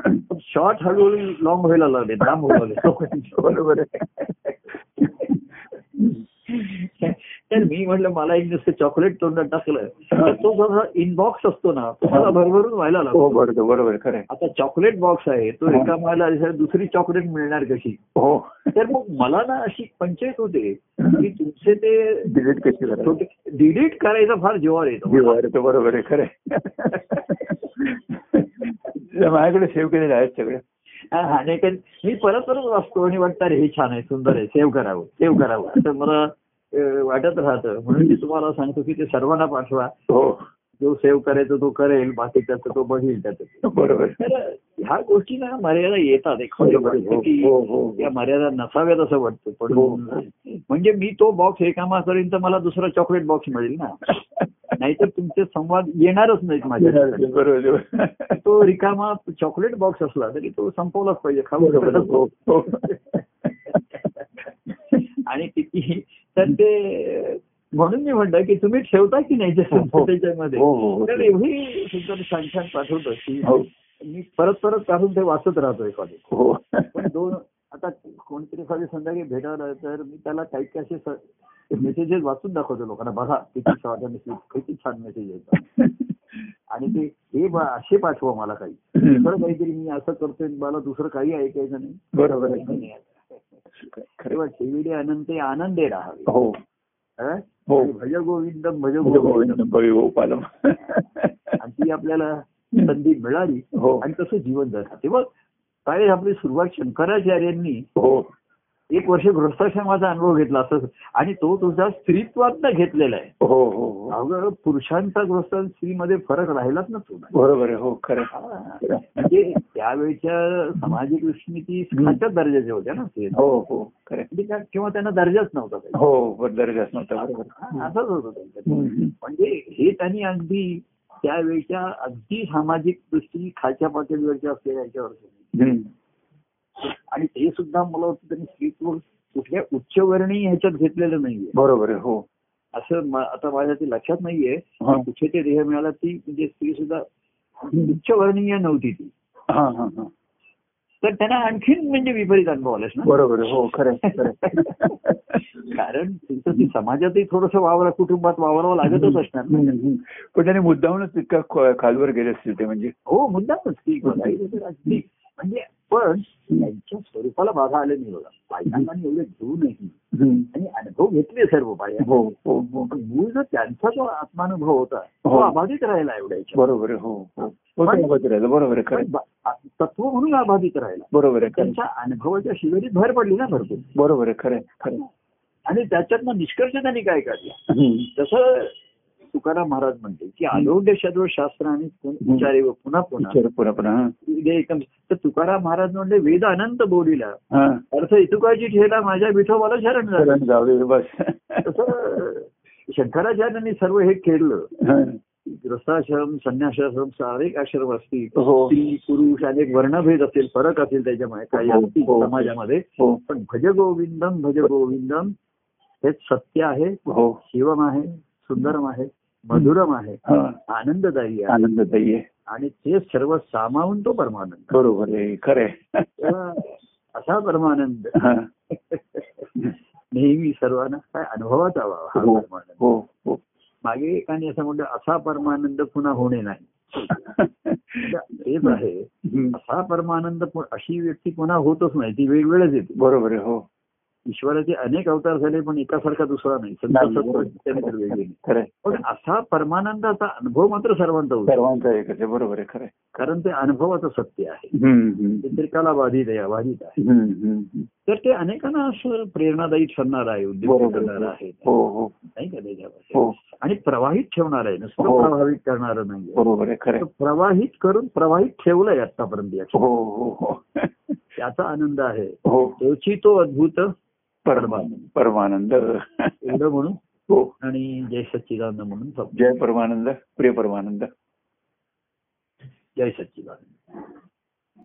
पण शॉर्ट हळूहळू लॉंग व्हायला लागले लांब व्हायला लागले
बरोबर आहे
तर मी म्हटलं मला एक नुसतं चॉकलेट तोंडात टाकलं तर तो जो इनबॉक्स असतो ना तो मला भरभरून व्हायला लागतो
हो बरोबर बरोबर खरं आहे.
आता चॉकलेट बॉक्स आहे तो
हा.
रिकामा आला असेल, दुसरी चॉकलेट मिळणार कशी
हो
तर मग मला ना अशी पंचायत होते की तुमचे ते
डिलीट कशी करायची?
छोटे डिलीट करायचा फार जोर येतो
जी बरं, ते बरोबर आहे खरं आहे. माझ्याकडे सेव्ह केलेले आहेत सगळे
हा, हा, नाही कारण मी परत परत वाचतो आणि वाटतं अरे हे छान आहे सुंदर आहे सेव्ह करावं सेव्ह करावं असं मला अ, वाटत राहतं म्हणून मी तुम्हाला सांगतो की ते सर्वांना पाठवा
हो
जो सेव्ह करायचा तो करेल बाकी त्याचं तो बघेल त्याचं
बरोबर
तर ह्या गोष्टी ना मर्यादा येतात एखादी
बरोबर आहे.
गोष्ट
हो,
की
हो, हो,
या मर्यादा नसाव्यात असं वाटतं पण
हो, हो.
म्हणजे मी तो बॉक्स रिकामा करेन तर मला दुसरा चॉकलेट बॉक्स मिळेल ना नाहीतर तुमचे संवाद येणारच नाहीत माझ्या ठिकाणी.
हो, बरोबर हो, आहे.
तो रिकामा चॉकलेट बॉक्स असला तरी तो संपवलाच पाहिजे
बरोबर आहे.
खाऊ
हो, हो.
आणि किती तर ते म्हणून मी म्हणलं की तुम्ही ठेवता की नाही ते
हो.
त्याच्यामध्ये
हो, हो, हो.
तर एवढी सुंदर सांगशान पाठवलं की
हो,
मी परत परत काढून ते वाचत राहतो एखादी
हो.
पण दोन आता कोणतरी एखादी संध्याकाळी भेटायला तर मी त्याला काही काही असे मेसेजेस वाचून दाखवतो लोकांना बघा किती शॉर्ट मेसेज किती छान मेसेज येतात आणि ते हे बा असे पाठवा मला काही दुसरं काहीतरी मी असं करतोय मला दुसरं काही ऐकायचं नाही
बरोबर आहे.
नाही आहे.
खरं
तेव्हा ठेविले अनंत आनंदे राहावे
आहे. हो
हं?
हो
आणि भज गोविंदम भज
हो, हो,
गोविंदम
अनुभवी हो, पालम.
आणि ती आपल्याला संधी मिळाली
हो
आणि तसं जीवन जगा तेव्हा काय आपली सुरुवात शंकराचार्यांनी
हो
एक वर्ष गृहस्थाश्रमाचा अनुभव घेतला असं आणि तो तुझा स्त्रीत्वातनं घेतलेला आहे
हो हो हो
अगं पुरुषांचा गृहस्थ आणि स्त्रीमध्ये फरक राहिलाच ना तुला
बरोबर आहे हो खरं आहे.
म्हणजे त्यावेळच्या सामाजिक दृष्टीने ती खालच्याच दर्जाचे होत्या ना ते
हो हो खरं आहे.
म्हणजे त्या- किंवा त्यांना दर्जाच नव्हता काही.
हो बरोबर आहे, नव्हता बरोबर
हा, असंच होतं त्यांचं
हम्म.
म्हणजे हे त्यांनी अगदी त्यावेळच्या अगदी सामाजिक दृष्टी खालच्या पातळीवरच्या असलेल्या याच्यावर केलं.
हम्म.
आणि ते सुद्धा मला वाटतं त्यांनी स्त्रीत्व कुठल्या उच्चवर्णीय ह्याच्यात घेतलेलं नाहीये
बरोबर आहे हो
असं म- आता माझ्या ते लक्षात नाहीये
हा
कुठे ते देह मिळाला ती म्हणजे स्त्री सुद्धा उच्चवर्णीय नव्हती ती
हा हा हा
तर त्यांना आणखीन म्हणजे विपरीत अनुभव आलेस ना
बरोबर आहे. हो खरं आहे, खरं आहे.
कारण तुमचं ती समाजातही थोडस वावरा कुटुंबात वावरावं लागतच असणार ना.
हम्म, हम्म. पण त्याने मुद्दामूनच तितका ख- खालवर गेले असतील ते म्हणजे
हो मुद्दामच ती गोष्ट आहे. तर अगदी म्हणजे पण त्यांच्या स्वरूपाला बाधा आली नाही बघा बायकांना आणि एवढे घेऊ नाही
हम्म.
आणि अनुभव घेतले सर्व बाया
हो हो हो
पण मूळ जर त्यांचा जो आत्मानुभव होता तो
हो.
अबाधित राहिला एवढ्याच्या
बरोबर आहे, हो हो हो, ते
पण-
बरोबर आहे, बरोबर आहे, खरं आहे.
पण बा- तत्व म्हणून अबाधित राहिला
बरोबर आहे खरं आहे.
त्यांच्या अनुभवाच्या शिबिरीत भर पडली ना भरपूर
बरोबर आहे खरं आहे, खरं आहे.
आणि त्याच्यातनं निष्कर्ष त्यांनी काय काढला
हम्म.
जसं तुकाराम महाराज म्हणते की आरोग्य शर्व शास्त्र आणि पुन- विचारे व पुन्हा पुन्हा
विचार पुन्हा पुन्हा हा.
वेद एकम तर तुकाराम महाराज म्हणले वेद अनंत बोलीला
हा
अर्थ इतुकाची ठेला माझ्या विठोबाला शरण झालं
चला, जाऊ दे बस
तसं शंकराचार्यांनी सर्व हे खेळलं
हा.
ग्रस्ताश्रम संन्यासाश्रम सारे आश्रम असतील
हो
स्त्री पुरुष अनेक वर्णभेद असेल फरक असेल त्याच्यामुळे काही
हो,
असतील
हो.
समाजामध्ये
हो
पण भज गोविंदम भज गोविंदम हे सत्य आहे
हो
शिवम आहे सुंदरम आहे मधुरम आहे
हा
आनंददायी आहे
आनंददायी आहे
आणि ते सर्व सामावून तो परमानंद
बरोबर आहे खरं आहे.
तेव्हा असा परमानंद
हा.
नेहमी सर्वांना काय अनुभवात हवा हा
हो.
परमानंद
हो हो
मागे एकाने असं म्हणलं असा परमानंद पुन्हा होणे नाही तर तेच आहे
हम्म.
असा परमानंद पु- अशी व्यक्ती पुन्हा होतच नाही ती वेगवेगळ्याच येते
बरोबर आहे हो
ईश्वराचे अनेक अवतार झाले पण एकासारखा दुसरा नाही संत
नाही,
सत्व
बरोबर.
त्याने तर वेगळे नाही.
खरं आहे.
पण असा परमानंदाचा अनुभव मात्र सर्वांचा होतो
सर्वांचा एकच आहे बरोबर आहे खरं आहे.
कारण ते अनुभवाचं सत्य आहे
हम्म, हम्म.
ते त्रिकाला बाधित आहे अबाधित आहे
हम्म, हम्म, हम्म.
तर ते अनेकांना असं प्रेरणादायी ठरणार आहे उद्योग
बरोबर
करणार
आहे.
आहे
हो हो
नाही का त्याच्यावर
हो
आणि प्रवाहित ठेवणार आहे
हो.
नुसतं प्रभावित करणार नाही
बरोबर आहे खरं
तर
आहे.
प्रवाहित करून प्रवाहित ठेवलंय आतापर्यंत याचं.
हो हो हो
त्याचा आनंद आहे
हो
त्याची तो अद्भुत
परमानंद परमानंद
एवढं म्हणून
हो
आणि जय सच्चिदानंद म्हणून संपलं.
जय परमानंद प्रिय परमानंद
जय सच्चिदानंद